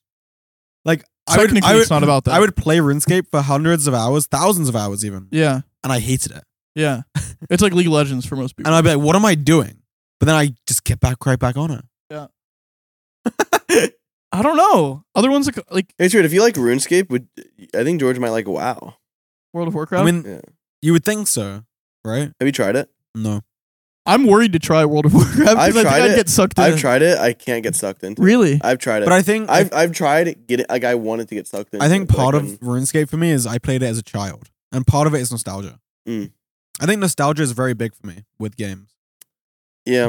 Speaker 3: Like I would,
Speaker 2: Technically,
Speaker 3: I would,
Speaker 2: it's not about that.
Speaker 3: I would play RuneScape for hundreds of hours, thousands of hours even,
Speaker 2: Yeah.
Speaker 3: and I hated it.
Speaker 2: Yeah. it's like League of Legends for most people.
Speaker 3: And I'd be like, "What am I doing?" But then I just get back right back on it.
Speaker 2: I don't know. Other ones like, like
Speaker 1: Hey, Richard, if you like RuneScape, would I think George might like WoW?
Speaker 2: World of Warcraft.
Speaker 3: I mean,
Speaker 1: Yeah.
Speaker 3: you would think so, right?
Speaker 1: Have you tried it?
Speaker 3: No.
Speaker 2: I'm worried to try World of Warcraft because I
Speaker 1: I've
Speaker 2: think
Speaker 1: tried
Speaker 2: I'd
Speaker 1: it.
Speaker 2: get sucked in.
Speaker 1: I've tried it. I can't get sucked into. it.
Speaker 2: Really?
Speaker 1: I've tried it.
Speaker 3: But I think
Speaker 1: I've I've tried it. Get it? Like I wanted to get sucked in.
Speaker 3: I think part of
Speaker 1: um,
Speaker 3: RuneScape for me is I played it as a child, and part of it is nostalgia.
Speaker 1: Mm.
Speaker 3: I think nostalgia is very big for me
Speaker 2: <laughs>
Speaker 3: with games.
Speaker 1: yeah.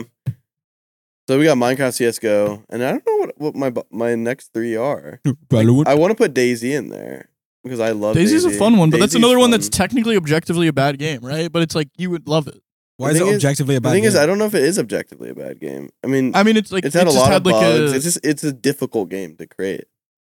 Speaker 1: So we got Minecraft, CS:GO, and I don't know what, what my bu- my next three are.
Speaker 3: Valorant.
Speaker 1: I want to put Daisy in there because I love
Speaker 2: Daisy's
Speaker 1: Daisy.
Speaker 2: a fun one, but that's
Speaker 1: Daisy's
Speaker 2: another one that's
Speaker 1: fun.
Speaker 2: technically objectively a bad game, right? But it's like you would love it.
Speaker 3: Why
Speaker 1: The
Speaker 3: is it
Speaker 1: thing is-
Speaker 3: objectively a bad
Speaker 1: the thing
Speaker 3: game?
Speaker 1: is, I don't know if it is objectively a bad game. I mean,
Speaker 2: I mean, it's like
Speaker 1: it's had
Speaker 2: it
Speaker 1: a
Speaker 2: just
Speaker 1: lot
Speaker 2: had
Speaker 1: of
Speaker 2: like
Speaker 1: bugs.
Speaker 2: a
Speaker 1: it's just it's a difficult game to create.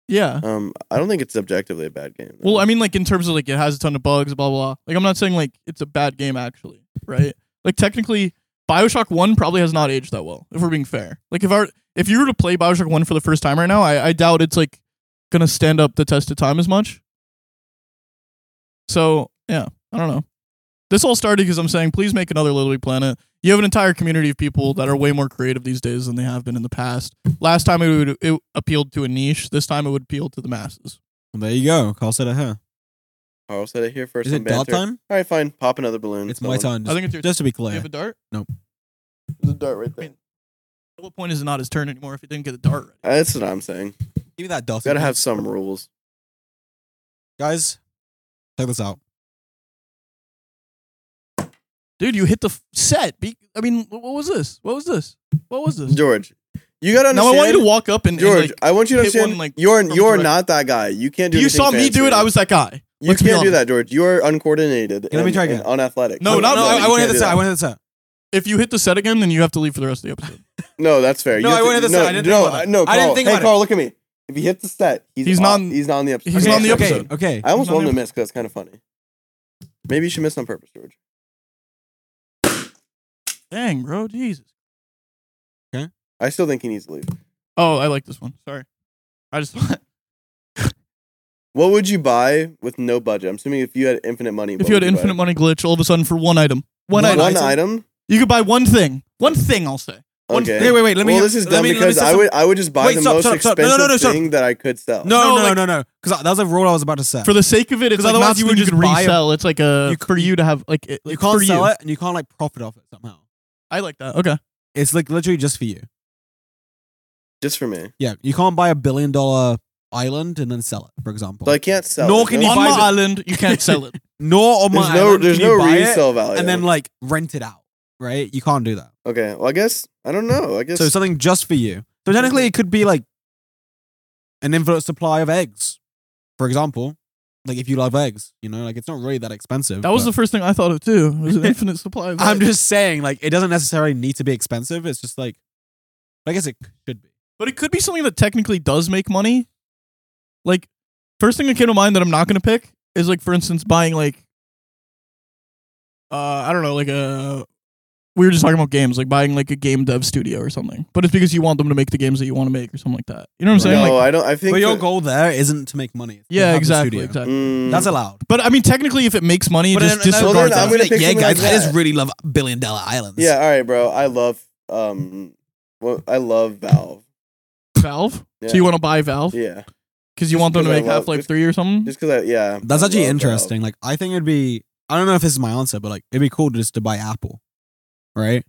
Speaker 2: yeah.
Speaker 1: Um, I don't think it's objectively a bad game.
Speaker 2: Well, I mean, like in terms of like it has a ton of bugs, blah blah. blah. Like I'm not saying like it's a bad game actually, right? Like technically, Bioshock One probably has not aged that well. If we're being fair, like if our if you were to play Bioshock One for the first time right now, I, I doubt it's like gonna stand up the test of time as much. So yeah, I don't know. This all started because I'm saying please make another Little Big Planet. You have an entire community of people that are way more creative these days than they have been in the past. Last time it would it appealed to a niche. This time it would appeal to the masses.
Speaker 3: Well, there you go. Carl said it here.
Speaker 1: Carl said it here first.
Speaker 3: Is
Speaker 1: on
Speaker 3: it dot
Speaker 1: banter.
Speaker 3: time?
Speaker 1: All right, fine. Pop another balloon.
Speaker 3: It's my
Speaker 1: Someone-
Speaker 3: time.
Speaker 2: I
Speaker 3: Just,
Speaker 2: think it's your
Speaker 3: just to be
Speaker 2: Do you
Speaker 3: clear.
Speaker 2: have a dart?
Speaker 1: There's a dart right there.
Speaker 2: Wait. At what point is it not his turn anymore if he didn't get a dart ready?
Speaker 1: Uh, That's what I'm saying.
Speaker 3: Give me that dot.
Speaker 1: Got to have some rules.
Speaker 3: guys. Check this out.
Speaker 2: Dude, you hit the f- set. Be- I mean, wh- what was this? What was this? What was this?
Speaker 1: George, You gotta
Speaker 2: Now
Speaker 1: understand.
Speaker 2: I want you to walk up and, and,
Speaker 1: George,
Speaker 2: like,
Speaker 1: I want you to
Speaker 2: hit one,
Speaker 1: understand.
Speaker 2: like,
Speaker 1: you're
Speaker 2: from
Speaker 1: you're
Speaker 2: direct-
Speaker 1: not that guy. You can't do.
Speaker 2: you
Speaker 1: anything
Speaker 2: saw me
Speaker 1: fancy.
Speaker 2: do it. I was that guy.
Speaker 1: You
Speaker 2: Let's be
Speaker 1: can't do
Speaker 2: honest.
Speaker 1: that, George. You are uncoordinated.
Speaker 3: Let me
Speaker 1: and-
Speaker 3: try again.
Speaker 1: and Unathletic.
Speaker 2: No, not
Speaker 3: no,
Speaker 2: really.
Speaker 3: I, I
Speaker 1: you
Speaker 3: want to
Speaker 1: can't
Speaker 3: hit
Speaker 1: do
Speaker 3: this out. I
Speaker 1: that.
Speaker 3: want to hit this out.
Speaker 2: If you hit the set again, then you have to leave for the rest of the
Speaker 1: <laughs>
Speaker 2: episode.
Speaker 1: No, that's fair. You
Speaker 3: No,
Speaker 1: have
Speaker 3: I
Speaker 1: to-
Speaker 3: went at this
Speaker 1: No,
Speaker 3: side. I didn't
Speaker 1: no,
Speaker 3: think about it.
Speaker 1: no,
Speaker 3: I didn't
Speaker 1: Carl.
Speaker 3: think
Speaker 1: Hey,
Speaker 3: about it.
Speaker 1: Carl, look at me. If he hits the set, he's,
Speaker 2: He's
Speaker 1: off-
Speaker 2: not on-
Speaker 1: He's not on the episode. Uh,
Speaker 2: he's not on the
Speaker 1: Okay.
Speaker 2: episode.
Speaker 3: Okay.
Speaker 1: I almost
Speaker 2: He's not on
Speaker 1: wanted to
Speaker 2: the-
Speaker 1: miss because it's kind of funny. Maybe you should miss on purpose, George.
Speaker 2: Dang, bro, Jesus.
Speaker 1: I still think he needs to leave.
Speaker 2: Oh, I like this one. Sorry, I just <laughs>
Speaker 1: What would you buy with no budget? I'm assuming if you had infinite money.
Speaker 2: if you had infinite money glitch, all of a sudden for one item, one,
Speaker 1: money,
Speaker 2: item,
Speaker 1: one item.
Speaker 2: you could buy one thing. One thing, I'll say. One
Speaker 1: Okay.
Speaker 3: Hey, wait, wait. Let me.
Speaker 1: well, this is
Speaker 3: let
Speaker 1: dumb
Speaker 3: me- let me
Speaker 1: because
Speaker 3: say
Speaker 1: I
Speaker 3: some-
Speaker 1: would I would just buy
Speaker 3: Wait,
Speaker 1: the
Speaker 3: stop,
Speaker 1: most
Speaker 3: stop, stop. No,
Speaker 1: expensive
Speaker 3: no, no, no, stop.
Speaker 1: thing that I could sell.
Speaker 3: No,
Speaker 2: No,
Speaker 3: no,
Speaker 2: like-
Speaker 3: no, no. Because that was a rule I was about to set.
Speaker 2: For the sake of it, it's
Speaker 3: 'Cause
Speaker 2: like
Speaker 3: otherwise
Speaker 2: not
Speaker 3: you
Speaker 2: something
Speaker 3: would
Speaker 2: you
Speaker 3: just
Speaker 2: could
Speaker 3: buy it.
Speaker 2: resell. It's like a
Speaker 3: You c-
Speaker 2: for you to have like it,
Speaker 3: you
Speaker 2: it's
Speaker 3: can't
Speaker 2: for
Speaker 3: sell
Speaker 2: you.
Speaker 3: it and you can't like profit off it somehow.
Speaker 2: I like that. Okay.
Speaker 3: It's like literally just for you.
Speaker 1: just for me.
Speaker 3: Yeah, you can't buy a billion dollar island and then sell it, for example.
Speaker 1: So I can't sell.
Speaker 3: Nor
Speaker 1: it,
Speaker 3: can
Speaker 1: no?
Speaker 3: you
Speaker 2: on
Speaker 3: buy
Speaker 2: my
Speaker 3: the-
Speaker 2: island, you can't sell
Speaker 3: <laughs>
Speaker 2: it.
Speaker 3: nor on my
Speaker 1: There's no
Speaker 3: island
Speaker 1: there's
Speaker 3: can
Speaker 1: no
Speaker 3: you buy it
Speaker 1: resale value.
Speaker 3: and then like rent it out, right? You can't do that.
Speaker 1: okay, well I guess I don't know. I guess
Speaker 3: So something just for you. So technically, it could be like an infinite supply of eggs, for example. Like if you love eggs, you know, like it's not really that expensive.
Speaker 2: That was the
Speaker 3: but-
Speaker 2: first thing I thought of too. It was
Speaker 3: <laughs>
Speaker 2: an infinite supply. Of
Speaker 3: I'm
Speaker 2: that.
Speaker 3: just saying, like it doesn't necessarily need to be expensive. It's just like, I guess it should be.
Speaker 2: but it could be something that technically does make money. Like, first thing that came to mind that I'm not gonna pick is like, for instance, buying like, uh, I don't know, like a. We were just talking about games, like buying like a game dev studio or something. But it's because you want them to make the games that you want to make or something like that. You know what I'm
Speaker 1: no,
Speaker 2: saying? Like,
Speaker 1: I don't. I think
Speaker 3: But your
Speaker 1: that-
Speaker 3: goal there isn't to make money. It's to
Speaker 2: yeah,
Speaker 3: have the
Speaker 2: exactly,
Speaker 3: studio.
Speaker 2: exactly.
Speaker 1: Mm,
Speaker 3: That's allowed.
Speaker 2: But I mean, technically, if it makes money,
Speaker 3: But
Speaker 2: just
Speaker 3: then-
Speaker 1: well,
Speaker 2: disregard
Speaker 1: then I'm
Speaker 2: that.
Speaker 1: gonna pick something like that.
Speaker 3: really love billion dollar islands.
Speaker 1: yeah. All right, bro. I love um. Well, I love Valve.
Speaker 2: Valve. So you want to buy Valve
Speaker 1: Yeah,
Speaker 2: because you
Speaker 1: Just
Speaker 2: want them to
Speaker 1: 'cause I
Speaker 2: make
Speaker 1: love-
Speaker 2: Half Life
Speaker 1: just-
Speaker 2: Three or something.
Speaker 1: just because I yeah.
Speaker 3: That's
Speaker 1: I
Speaker 3: actually
Speaker 1: love Valve.
Speaker 3: interesting. Like, I think it'd be, I don't know if this is my answer, but like, it'd be cool just to buy Apple, right?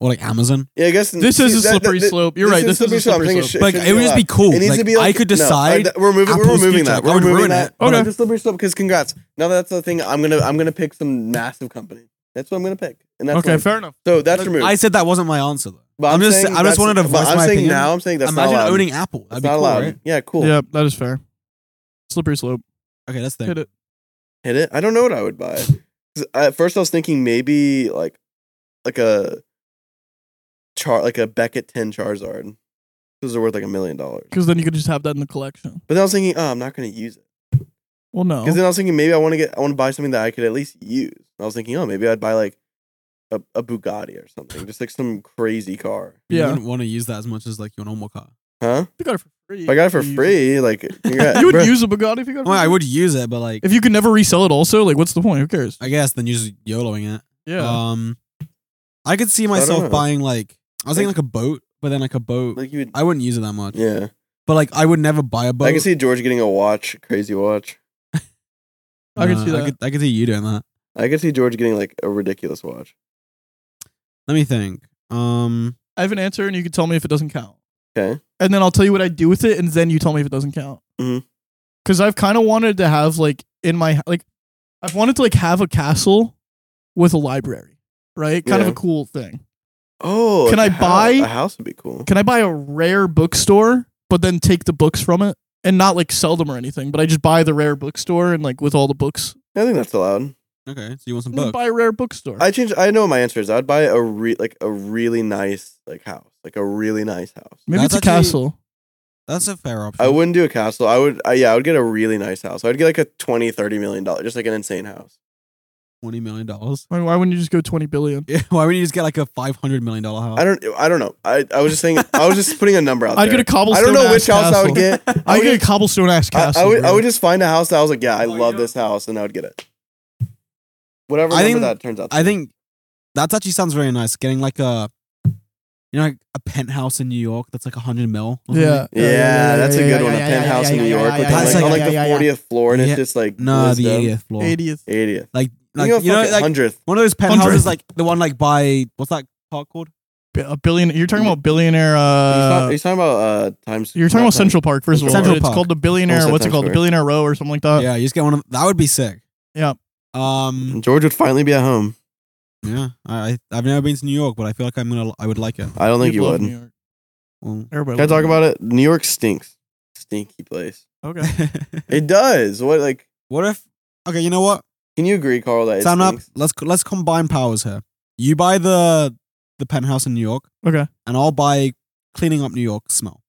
Speaker 3: Or like Amazon.
Speaker 1: Yeah, I guess <laughs>
Speaker 2: This is
Speaker 1: see,
Speaker 2: a
Speaker 1: that- that-
Speaker 2: slippery
Speaker 1: that-
Speaker 2: slope. You're right. This is a
Speaker 1: I'm
Speaker 2: slippery
Speaker 1: thinking
Speaker 2: slope.
Speaker 1: shit
Speaker 3: Like,
Speaker 1: shouldn't
Speaker 3: it would just
Speaker 1: allowed.
Speaker 3: be cool.
Speaker 1: It needs
Speaker 3: like,
Speaker 1: to be
Speaker 3: I
Speaker 1: like-
Speaker 3: could
Speaker 1: no,
Speaker 3: decide.
Speaker 1: that- we're moving. We're
Speaker 3: Apple's
Speaker 1: removing
Speaker 3: future.
Speaker 1: that.
Speaker 3: I
Speaker 1: We're
Speaker 3: would
Speaker 1: removing
Speaker 3: ruin
Speaker 1: that.
Speaker 3: it.
Speaker 1: But
Speaker 2: Okay.
Speaker 1: It's a slippery slope because congrats. Now that's the thing. I'm gonna I'm gonna pick some massive company. That's what I'm gonna pick. And that's
Speaker 2: okay,
Speaker 1: mine.
Speaker 2: fair enough.
Speaker 1: So that's removed.
Speaker 3: I said that wasn't my answer though.
Speaker 1: But
Speaker 3: I'm just-
Speaker 1: saying
Speaker 3: I
Speaker 1: that's-
Speaker 3: just wanted to
Speaker 1: but
Speaker 3: voice
Speaker 1: I'm
Speaker 3: my
Speaker 1: saying
Speaker 3: opinion.
Speaker 1: now. I'm saying that's
Speaker 3: Imagine
Speaker 1: not allowed.
Speaker 3: owning Apple.
Speaker 1: That's
Speaker 3: That'd be
Speaker 1: not
Speaker 3: cool,
Speaker 1: allowed.
Speaker 3: right?
Speaker 1: Yeah, cool.
Speaker 2: Yeah, that is fair. Slippery slope.
Speaker 3: Okay, that's the
Speaker 2: Hit
Speaker 3: thing.
Speaker 2: it.
Speaker 1: Hit it. I don't know what I would buy. 'Cause At first, I was thinking maybe like like a char like a Beckett ten Charizard. Those are worth like a million dollars.
Speaker 2: Because then you could just have that in the collection.
Speaker 1: But then I was thinking, oh, I'm not gonna use it.
Speaker 2: Well, no.
Speaker 1: Because then I was thinking maybe I want to get I want to buy something that I could at least use. And I was thinking, oh, maybe I'd buy like a, a Bugatti or something, just like some crazy car,
Speaker 3: You
Speaker 2: yeah,
Speaker 3: wouldn't want to use that as much as like your normal car.
Speaker 1: huh?
Speaker 2: you got it for free.
Speaker 1: If I got it for
Speaker 2: <laughs> You-
Speaker 1: free. Like congrats,
Speaker 2: You would
Speaker 1: bro.
Speaker 2: use a Bugatti if you got. It for
Speaker 3: Well, I
Speaker 2: free.
Speaker 3: would use it, but like,
Speaker 2: If you could never resell it, also, like, what's the point? Who cares?
Speaker 3: I guess then you're just YOLOing it.
Speaker 2: Yeah.
Speaker 3: Um, I could see
Speaker 1: don't
Speaker 3: myself
Speaker 1: know.
Speaker 3: buying like I was thinking
Speaker 1: Like-
Speaker 3: like a boat, but then like a boat,
Speaker 1: like you would.
Speaker 3: I wouldn't use it that much.
Speaker 1: Yeah,
Speaker 3: But like I would never buy a boat.
Speaker 1: I can see George getting a watch, crazy watch.
Speaker 2: I could
Speaker 3: Nah,
Speaker 2: see that.
Speaker 3: Uh, I could, I could see you doing that.
Speaker 1: I can see George getting like a ridiculous watch.
Speaker 3: Let me think. Um,
Speaker 2: I have an answer, and you can tell me if it doesn't count.
Speaker 1: Okay.
Speaker 2: And then I'll tell you what I do with it, and then you tell me if it doesn't count.
Speaker 1: Mhm.
Speaker 2: Because I've kind of wanted to have like in my like, I've wanted to like have a castle with a library, right? Kind
Speaker 1: Yeah.
Speaker 2: of a cool thing.
Speaker 1: Oh,
Speaker 2: Can
Speaker 1: a
Speaker 2: I
Speaker 1: hou-
Speaker 2: buy-
Speaker 1: a house? Would be cool.
Speaker 2: Can I buy a rare bookstore, but then take the books from it and not like sell them or anything? But I just buy the rare bookstore and like with all the books,
Speaker 1: I think that's allowed.
Speaker 3: okay, so you want some
Speaker 2: I'm gonna
Speaker 3: books?
Speaker 2: buy a rare bookstore.
Speaker 1: I changed. I know what my answer is. I'd buy a re like a really nice like house, like a really nice house.
Speaker 2: Maybe
Speaker 3: That's
Speaker 2: it's a
Speaker 3: actually-
Speaker 2: castle.
Speaker 3: That's a fair option.
Speaker 1: I wouldn't do a castle. I would, I, yeah, I would get a really nice house. I would get like a 20, 30 million dollar, just like an insane house.
Speaker 3: Twenty million dollars. <laughs>
Speaker 2: Why- why wouldn't you just go twenty billion?
Speaker 3: Yeah, why wouldn't you just get like a five hundred million dollar house?
Speaker 1: I don't, I don't know. I, I was just saying, I was just putting a number out
Speaker 2: I'd
Speaker 1: there.
Speaker 2: get a
Speaker 1: I
Speaker 2: cobblestone.
Speaker 1: don't know which
Speaker 2: ass
Speaker 1: house I
Speaker 2: castle.
Speaker 1: would get. I
Speaker 2: I'd
Speaker 1: would,
Speaker 2: get a
Speaker 1: just,
Speaker 2: cobblestone ass
Speaker 1: I,
Speaker 2: castle.
Speaker 1: I would, I
Speaker 2: bro.
Speaker 1: would just find a house that I was like, yeah, I
Speaker 3: Oh,
Speaker 1: love
Speaker 3: yeah.
Speaker 1: this house, and I would get it. Whatever
Speaker 3: I
Speaker 1: number
Speaker 3: think-
Speaker 1: that turns out. to
Speaker 3: I
Speaker 1: be.
Speaker 3: think that actually sounds very nice. Getting like a, you know, like a penthouse in New York that's like a hundred mil. or something.
Speaker 2: Yeah.
Speaker 1: Yeah, that's a good one. a penthouse in New York with
Speaker 3: yeah,
Speaker 1: like,
Speaker 3: yeah,
Speaker 1: on like
Speaker 3: yeah,
Speaker 1: the fortieth floor, and it's
Speaker 3: Yeah.
Speaker 1: just like
Speaker 3: No, the
Speaker 1: wisdom.
Speaker 3: eightieth floor.
Speaker 2: 80th.
Speaker 1: 80th.
Speaker 3: Like, like
Speaker 1: you,
Speaker 3: you know, like
Speaker 1: hundredth.
Speaker 3: one of those penthouses,
Speaker 2: 100th.
Speaker 3: like the one like by what's that park called?
Speaker 2: Bi- A billion. You're talking about billionaire. Uh,
Speaker 1: he's talking about uh times.
Speaker 2: you're talking
Speaker 1: not
Speaker 2: about
Speaker 1: times-
Speaker 2: Central Park first of all.
Speaker 3: Central
Speaker 2: It's
Speaker 3: Park.
Speaker 2: called the billionaire.
Speaker 1: Also
Speaker 2: What's it
Speaker 1: Times
Speaker 2: called? The
Speaker 1: Square.
Speaker 2: billionaire row or something like that.
Speaker 3: yeah, you just get one of that would be sick.
Speaker 2: Uh. Yeah.
Speaker 3: Um.
Speaker 1: George would finally be at home.
Speaker 3: Yeah. I I- I've never been to New York, but I feel like I'm gonna I would like it.
Speaker 1: I don't think
Speaker 2: You'd
Speaker 1: you
Speaker 2: love
Speaker 1: would.
Speaker 2: New York.
Speaker 3: Well,
Speaker 2: Everybody.
Speaker 1: Can I
Speaker 2: loves
Speaker 1: talk
Speaker 2: it.
Speaker 1: about it? New York stinks. Stinky place. <laughs>
Speaker 2: Okay.
Speaker 1: It does. What like?
Speaker 3: <laughs> what if? Okay, you know what?
Speaker 1: Can you agree, Carl? That it
Speaker 3: Time up.
Speaker 1: stinks?
Speaker 3: Let's let's combine powers here. You buy the the penthouse in New York,
Speaker 2: Okay.
Speaker 3: and I'll buy cleaning up New York smell.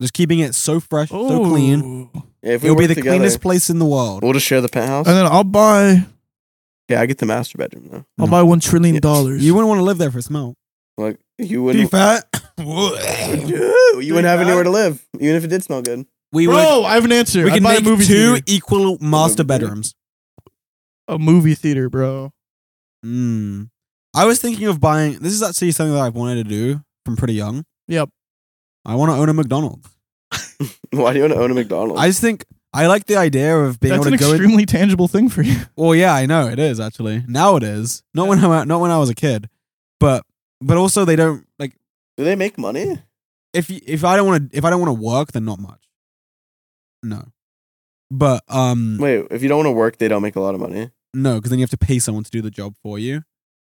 Speaker 3: Just keeping it so fresh, so clean.
Speaker 2: Ooh.
Speaker 1: Yeah, if we
Speaker 3: It'll be
Speaker 1: work
Speaker 3: the
Speaker 1: together,
Speaker 3: cleanest place in the world.
Speaker 1: We'll just share the penthouse.
Speaker 2: And then I'll buy.
Speaker 1: yeah, I get the master bedroom though.
Speaker 2: I'll
Speaker 3: No.
Speaker 2: buy one trillion
Speaker 1: Yeah.
Speaker 2: dollars.
Speaker 3: You wouldn't want to live there for smell.
Speaker 1: Like you wouldn't.
Speaker 2: <laughs>
Speaker 3: fat.
Speaker 1: Ew, you wouldn't have
Speaker 3: fat.
Speaker 1: anywhere to live, even if it did smell good. <laughs>
Speaker 3: we would.
Speaker 2: Bro, I have an answer.
Speaker 3: We
Speaker 2: I'd
Speaker 3: can
Speaker 2: buy
Speaker 3: make
Speaker 2: a movie
Speaker 3: two
Speaker 2: theater.
Speaker 3: equal master
Speaker 1: Movie theater.
Speaker 3: bedrooms.
Speaker 2: A movie theater, bro.
Speaker 3: Mm. I was thinking of buying. This is actually something that I've wanted to do from pretty young.
Speaker 2: Yep.
Speaker 3: I want to own a McDonald's.
Speaker 1: Why do you want to own a McDonald's?
Speaker 3: I just think I like the idea of being
Speaker 2: That's an
Speaker 3: able to go. in-
Speaker 2: extremely tangible thing for you.
Speaker 3: Well, yeah, I know it is actually. Now it is. Not when I not when I was a kid, but but also they don't like
Speaker 1: do they make money?
Speaker 3: if you, if I don't want to if I don't want to work then not much. No, but um
Speaker 1: Wait, if you don't want to work, they don't make a lot of money.
Speaker 3: no, because then you have to pay someone to do the job for you,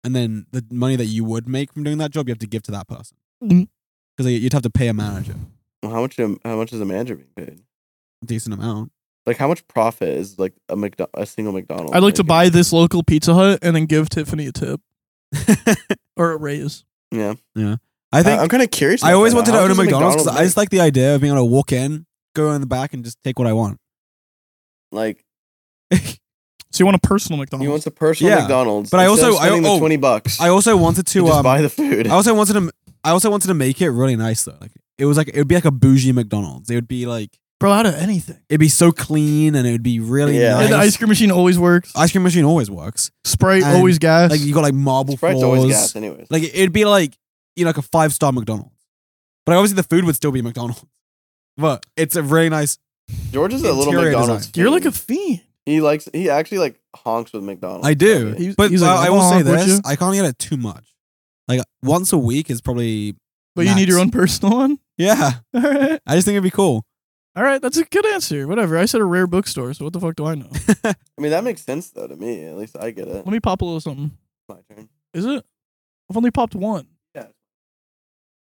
Speaker 3: and then the money that you would make from doing that job you have to give to that person
Speaker 2: Mm.
Speaker 3: because you'd have to pay a manager
Speaker 1: Well, how much? do- How much is a manager being paid?
Speaker 3: a decent amount. <laughs>
Speaker 1: Like how much profit is like a McDo- a single McDonald's?
Speaker 2: I'd like to
Speaker 1: making?
Speaker 2: buy this local Pizza Hut and then give Tiffany a tip or a raise.
Speaker 1: Yeah,
Speaker 3: I
Speaker 1: I
Speaker 3: think
Speaker 1: am kind of curious.
Speaker 3: I
Speaker 1: about
Speaker 3: always
Speaker 1: that.
Speaker 3: wanted to
Speaker 1: How
Speaker 3: own a
Speaker 1: much does
Speaker 3: McDonald's because I
Speaker 1: make?
Speaker 3: just like the idea of being able to walk in, go in the back, and just take what I want.
Speaker 1: like
Speaker 2: So you want a personal
Speaker 1: he
Speaker 2: McDonald's?
Speaker 1: wants a personal
Speaker 3: Yeah,
Speaker 1: McDonald's.
Speaker 3: but I
Speaker 1: Instead of
Speaker 3: also- I-
Speaker 1: spending
Speaker 3: oh,
Speaker 1: the twenty bucks.
Speaker 3: I also wanted to.
Speaker 1: you just
Speaker 3: Um,
Speaker 1: buy
Speaker 3: I
Speaker 1: the food.
Speaker 3: also wanted to. I also wanted to make it really nice though. Like it was like it would be like a bougie McDonald's. It would be like
Speaker 2: bro, out of anything.
Speaker 3: it'd be so clean and it would be really
Speaker 1: Yeah.
Speaker 2: Yeah,
Speaker 3: nice.
Speaker 2: the ice cream machine always works.
Speaker 3: Ice cream machine always works.
Speaker 2: Sprite
Speaker 3: And,
Speaker 2: always gas.
Speaker 3: Like you got like
Speaker 1: <laughs>
Speaker 3: marble
Speaker 1: Sprite's
Speaker 3: floors.
Speaker 1: always gas, anyways.
Speaker 3: Like it'd be like you know like a five star McDonald's, but obviously the food would still be McDonald's. <laughs> But it's a really nice.
Speaker 1: George is a little
Speaker 3: interior
Speaker 1: McDonald's.
Speaker 2: You're like
Speaker 1: fiend.
Speaker 2: a fiend.
Speaker 1: He likes. He actually like honks with McDonald's.
Speaker 3: I do,
Speaker 1: He-
Speaker 2: He's-
Speaker 3: but
Speaker 2: he's like,
Speaker 3: uh, I
Speaker 2: "Come
Speaker 3: will
Speaker 2: on,
Speaker 3: say
Speaker 2: would you?"
Speaker 3: this: I can't get it too much. Like once a week is probably
Speaker 2: But you need your
Speaker 3: Max.
Speaker 2: own personal one? <laughs>
Speaker 3: yeah.
Speaker 2: All right.
Speaker 3: I just think it'd be cool.
Speaker 2: All right. That's a good answer. Whatever. I said a rare bookstore, so what the fuck do I know?
Speaker 1: I mean, that makes sense though to me. At least I get it.
Speaker 2: Let me pop a little something.
Speaker 1: My turn.
Speaker 2: Is it? I've only popped one.
Speaker 1: Yeah.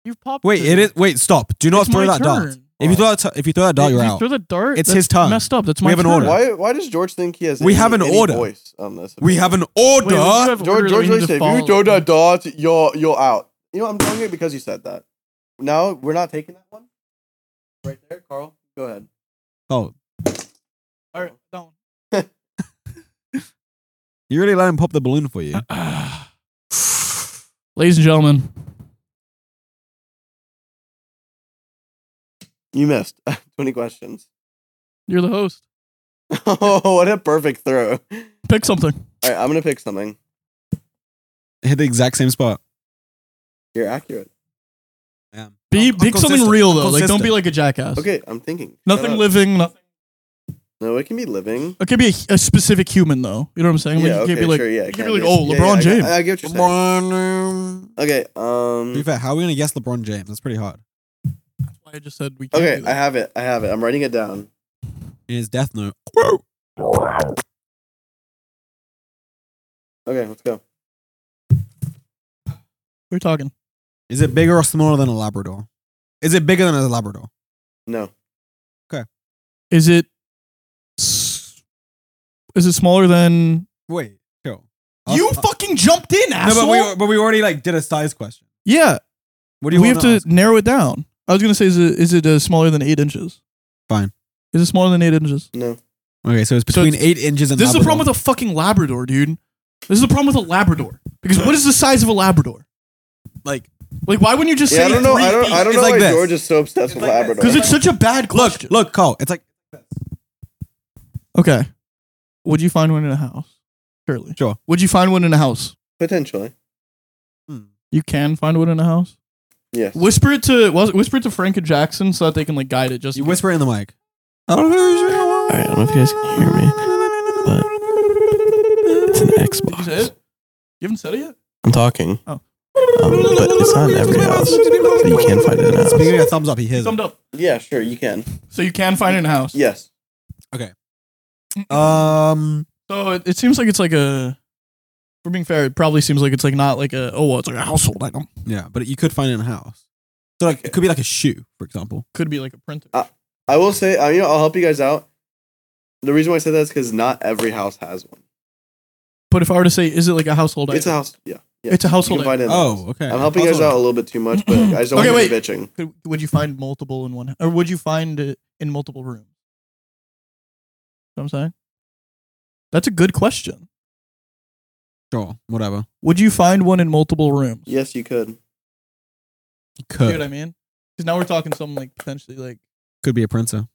Speaker 2: You've popped
Speaker 3: Wait,
Speaker 2: two.
Speaker 3: it is. Wait, stop! Do not
Speaker 2: It's
Speaker 3: throw
Speaker 2: my
Speaker 3: that dart.
Speaker 2: turn.
Speaker 3: If you throw that, t- if you throw that dart,
Speaker 2: If
Speaker 3: you're
Speaker 2: you
Speaker 3: out.
Speaker 2: Throw the dart.
Speaker 3: It's
Speaker 2: that's
Speaker 3: his turn.
Speaker 2: Messed up. That's
Speaker 3: We
Speaker 2: my
Speaker 3: have an
Speaker 2: turn.
Speaker 3: order.
Speaker 1: Why? Why does George think he has?
Speaker 3: We
Speaker 1: any-
Speaker 3: have an
Speaker 1: any
Speaker 3: order.
Speaker 1: Voice on this.
Speaker 3: We have an
Speaker 2: Wait,
Speaker 3: order.
Speaker 2: we do have
Speaker 1: George.
Speaker 2: order that
Speaker 1: George
Speaker 2: we need
Speaker 1: really
Speaker 2: to
Speaker 1: said, if
Speaker 2: follow.
Speaker 1: you throw that dot, you're you're out. You know, I'm doing it because you said that. Now we're not taking that one. Right there, Carl. Go ahead.
Speaker 3: oh,
Speaker 2: All right. That one.
Speaker 3: you really let him pop the balloon for you.
Speaker 2: Ladies and gentlemen,
Speaker 1: You missed. <laughs> Twenty questions. <laughs>
Speaker 2: you're the host.
Speaker 1: Oh, what a perfect throw! All
Speaker 2: Pick something.
Speaker 1: right, I'm gonna pick something.
Speaker 3: Hit the exact same spot.
Speaker 1: You're accurate.
Speaker 3: Yeah.
Speaker 2: Be
Speaker 3: I'm
Speaker 2: pick something
Speaker 3: consistent.
Speaker 2: real
Speaker 3: I'm
Speaker 2: though. Like don't be
Speaker 3: consistent.
Speaker 2: like a jackass.
Speaker 1: Okay, I'm thinking. Shut
Speaker 2: Nothing
Speaker 1: up.
Speaker 2: living. Nothing.
Speaker 1: No, it can be living.
Speaker 2: It could be a, a specific human though. You know what I'm saying? Like,
Speaker 1: yeah,
Speaker 2: you
Speaker 1: okay,
Speaker 2: can't be like
Speaker 1: sure, yeah.
Speaker 2: you
Speaker 1: it
Speaker 2: can't
Speaker 1: can
Speaker 2: be like,
Speaker 1: be.
Speaker 2: oh,
Speaker 1: Yeah, yeah,
Speaker 2: LeBron
Speaker 1: I-
Speaker 2: James.
Speaker 1: I, I get what you're saying.
Speaker 3: LeBron.
Speaker 1: Okay,
Speaker 3: To be
Speaker 1: um,
Speaker 3: fair, how are we gonna guess LeBron James? That's pretty hard.
Speaker 2: Why I just said we. Can't
Speaker 1: okay,
Speaker 2: do
Speaker 1: I
Speaker 2: that.
Speaker 1: have it. I have it. I'm writing it down.
Speaker 3: In his death note.
Speaker 1: Okay, let's go.
Speaker 2: We're talking.
Speaker 3: Is it bigger or smaller than a Labrador? Is it bigger than a Labrador?
Speaker 1: No,
Speaker 2: Is it? s- Is it smaller than?
Speaker 3: Wait, chill.
Speaker 2: you
Speaker 3: I'll-
Speaker 2: fucking jumped in,
Speaker 3: I'll-
Speaker 2: asshole.
Speaker 3: No, Uh, but we but we already like did a size question.
Speaker 2: yeah,
Speaker 3: What do you
Speaker 2: we
Speaker 3: want
Speaker 2: have to narrow it down. I was gonna say, is it is it uh, smaller than eight inches?
Speaker 3: Fine.
Speaker 2: Is it smaller than eight inches?
Speaker 1: no.
Speaker 3: Okay, so it's
Speaker 2: So
Speaker 3: between eight inches and.
Speaker 2: This is the problem
Speaker 3: Labrador.
Speaker 2: with a fucking Labrador, dude. This is the problem with a Labrador because what is the size of a Labrador?
Speaker 3: like
Speaker 2: Like, why wouldn't you just
Speaker 1: Yeah, I
Speaker 2: say
Speaker 1: don't know.
Speaker 2: three
Speaker 1: I don't. I don't
Speaker 3: It's
Speaker 1: know
Speaker 3: like
Speaker 1: why
Speaker 3: this.
Speaker 1: George is so obsessed
Speaker 3: It's
Speaker 1: with
Speaker 3: like this.
Speaker 1: Labrador.
Speaker 2: Because it's such a bad question.
Speaker 3: look, Cole. It's like
Speaker 2: okay. Would you find one in a house? Surely.
Speaker 3: Sure.
Speaker 2: Would you find one in a house?
Speaker 1: potentially
Speaker 2: You can find one in a house.
Speaker 1: yes.
Speaker 2: Whisper it to well, whisper it to Frank and Jackson so that they can like guide it. Just
Speaker 3: you whisper it in the mic.
Speaker 5: Alright, I don't know if you guys can hear me, but it's an
Speaker 2: Did you say
Speaker 5: Xbox.
Speaker 2: it? You haven't said it yet.
Speaker 1: I'm talking.
Speaker 5: Um, but it's not in every house. But you can find it in a house.
Speaker 3: Speaking of a thumbs up, he hears.
Speaker 2: Thumbed up.
Speaker 1: Yeah, sure. You can.
Speaker 2: So you can find it in a house.
Speaker 1: Yes.
Speaker 3: it. Um,
Speaker 2: So it, it seems like it's like a. For being fair, it probably seems like it's like not like a oh well, it's like a household item.
Speaker 3: yeah, but you could find it in a house. So like it could be like a shoe, for example.
Speaker 2: Could be like a printer.
Speaker 1: Uh, I will say, I, you know, I'll help you guys out. The reason why I said that is because not every house has one.
Speaker 2: but if I were to say, is it like a household
Speaker 1: It's a
Speaker 2: item?
Speaker 1: house. Yeah. yeah.
Speaker 2: It's a
Speaker 1: You can
Speaker 2: household
Speaker 1: find it in the house.
Speaker 3: Oh, okay.
Speaker 1: I'm helping you guys out a little bit too much, but I just don't
Speaker 2: Okay,
Speaker 1: want you bitching.
Speaker 2: Could, would you find multiple in one, or would you find it in multiple rooms? Know what I'm saying that's a good question.
Speaker 3: Sure, whatever.
Speaker 2: Would you find one in multiple rooms?
Speaker 1: Yes, you could.
Speaker 2: you know what
Speaker 3: Could
Speaker 2: I mean? Because now we're talking something like potentially like
Speaker 3: could be a printer.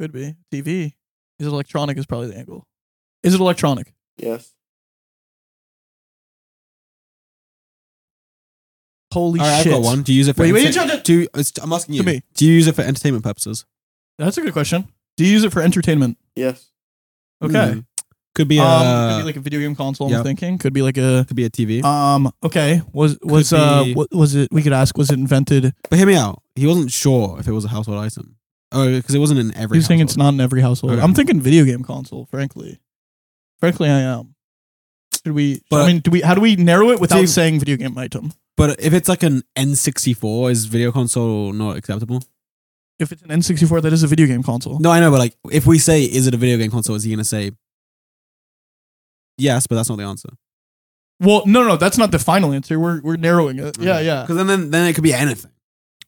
Speaker 2: could be TV. Is it electronic? Is probably the angle. Is it electronic?
Speaker 1: Yes.
Speaker 2: Holy
Speaker 3: All right,
Speaker 2: shit!
Speaker 3: I've got one. Do you use it for
Speaker 2: Wait, wait,
Speaker 3: enter-
Speaker 2: John, John.
Speaker 3: do you- it's- I'm asking you.
Speaker 2: To me.
Speaker 3: Do you use it for entertainment purposes?
Speaker 2: That's a good question. Do you use it for entertainment?
Speaker 1: Yes.
Speaker 2: Okay.
Speaker 3: Hmm. Could be a
Speaker 2: Um, could be like a video game console. I'm
Speaker 3: Yep.
Speaker 2: thinking. Could be like a.
Speaker 3: could be a TV.
Speaker 2: Um. Okay. Was was uh.
Speaker 3: be-
Speaker 2: What was it? We could ask. Was it invented?
Speaker 3: but hear me out. He wasn't sure if it was a household item. Oh, because it wasn't in every.
Speaker 2: He's thinking it's
Speaker 3: household.
Speaker 2: not in every household.
Speaker 3: Okay.
Speaker 2: I'm thinking video game console. Frankly, frankly, I am. Should we?
Speaker 3: But-
Speaker 2: I mean, do we? How do we narrow it without
Speaker 3: See-
Speaker 2: saying video game item?
Speaker 3: But if it's like an N64, is video console not acceptable?
Speaker 2: If it's an N64, that is a video game console.
Speaker 3: No, I know, but like if we say is it a video game console, is he gonna say yes? But that's not the answer.
Speaker 2: Well, no, no, that's not the final answer. We're we're narrowing it. Yeah, yeah.
Speaker 3: Because then, then then it could be anything.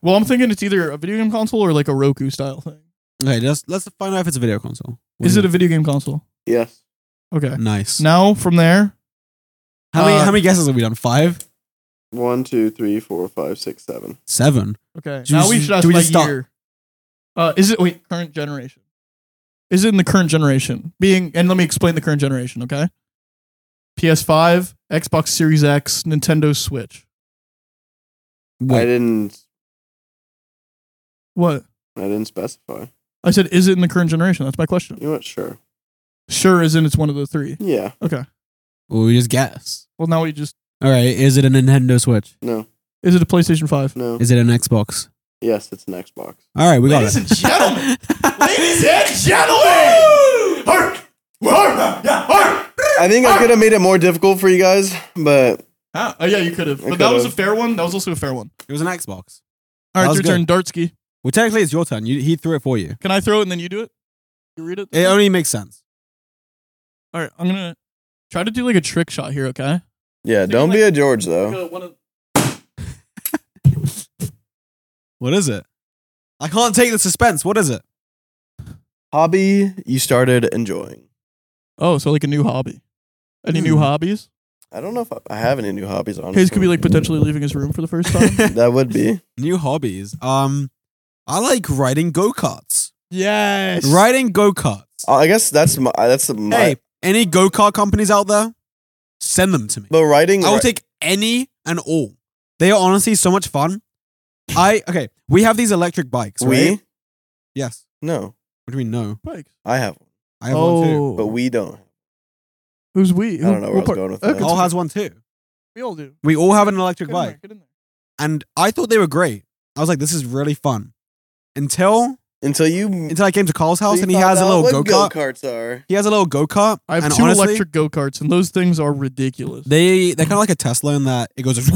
Speaker 2: Well, I'm thinking it's either a video game console or like a Roku style thing.
Speaker 3: Okay, let's let's find out if it's a video console. What
Speaker 2: Is
Speaker 3: do
Speaker 2: it
Speaker 3: you-
Speaker 2: a video game console?
Speaker 1: Yes.
Speaker 2: Okay.
Speaker 3: nice?
Speaker 2: Now from there,
Speaker 3: how many
Speaker 2: uh,
Speaker 3: how many guesses have we done? Five,
Speaker 1: One, two, three, four, five, six, seven.
Speaker 3: seven.
Speaker 2: okay.
Speaker 3: Do we
Speaker 2: Now we
Speaker 3: just-
Speaker 2: should ask
Speaker 3: do we
Speaker 2: like
Speaker 3: just stop?
Speaker 2: year. Uh, is it wait current generation? Is it in the current generation? Being and let me explain the current generation. Okay. PS5, Xbox Series X, Nintendo Switch.
Speaker 1: I
Speaker 3: Wait,
Speaker 1: didn't.
Speaker 2: What
Speaker 1: I didn't specify.
Speaker 2: I said is it in the current generation? That's my question.
Speaker 1: You know what? Sure.
Speaker 2: Sure, is in it's one of the three.
Speaker 1: Yeah.
Speaker 2: Okay.
Speaker 3: well, we just guess.
Speaker 2: Well, now we just
Speaker 3: All right, is it a Nintendo Switch?
Speaker 1: No.
Speaker 2: is it a PlayStation Five?
Speaker 1: No.
Speaker 3: Is it an Xbox?
Speaker 1: Yes, it's an Xbox.
Speaker 3: All right, we got
Speaker 2: Ladies
Speaker 3: it.
Speaker 2: and gentlemen, ladies and gentlemen, Hark! Hark! Yeah, hark!
Speaker 1: I think I could have made it more difficult for you guys, but
Speaker 2: Ah, oh yeah, you could have, but that
Speaker 1: could've.
Speaker 2: was a fair one. That was also a fair one.
Speaker 3: <laughs> It was an Xbox.
Speaker 2: All
Speaker 3: That
Speaker 2: right,
Speaker 3: was
Speaker 2: your turn, Dartsky.
Speaker 3: Well, technically, it's your turn. You, he threw it for you.
Speaker 2: Can I throw it and then you do it? You read it.
Speaker 3: It only makes sense.
Speaker 2: All right, I'm gonna try to do like a trick shot here. Okay.
Speaker 1: yeah,
Speaker 2: Think
Speaker 1: don't
Speaker 2: like-
Speaker 1: be a George though.
Speaker 2: Go one of-
Speaker 3: What is it? I can't take the suspense. What is it?
Speaker 1: Hobby you started enjoying.
Speaker 2: Oh, so like a new hobby. Any new
Speaker 3: Hmm.
Speaker 2: hobbies?
Speaker 1: I don't know if I, I have any new hobbies. Honestly,
Speaker 2: Hayes could be like potentially leaving his room for the
Speaker 1: <laughs>
Speaker 2: first time.
Speaker 1: that would be.
Speaker 3: New hobbies. Um, I like riding go karts.
Speaker 2: yes. Oh,
Speaker 3: Riding go karts.
Speaker 1: Uh, I guess that's my. That's my.
Speaker 3: Hey, any go kart companies out there? Send them to me.
Speaker 1: but writing.
Speaker 3: I will take any and all. They are honestly so much fun. I okay. We have these electric bikes.
Speaker 1: we
Speaker 3: right? yes.
Speaker 1: no.
Speaker 3: What do we know?
Speaker 2: Bikes.
Speaker 1: I have one,
Speaker 3: I have one too.
Speaker 2: oh,
Speaker 1: but we don't.
Speaker 2: who's we?
Speaker 1: I don't know where I was going with
Speaker 2: Oh.
Speaker 1: that.
Speaker 3: All has one too.
Speaker 2: We all do.
Speaker 3: We all have an electric
Speaker 2: Get in
Speaker 3: bike,
Speaker 2: there, get in there.
Speaker 3: and I thought they were great. I was like, this is really fun. Until
Speaker 1: Until you.
Speaker 3: until I came to Carl's house
Speaker 1: you
Speaker 3: and he
Speaker 1: found
Speaker 3: has a
Speaker 1: out
Speaker 3: little
Speaker 1: what
Speaker 3: go kart.
Speaker 1: go-karts are.
Speaker 3: He has a little go kart.
Speaker 2: I have
Speaker 3: and
Speaker 2: two
Speaker 3: honestly,
Speaker 2: electric go karts, and those things are ridiculous.
Speaker 3: They they're kind of like a Tesla in that it goes <laughs> with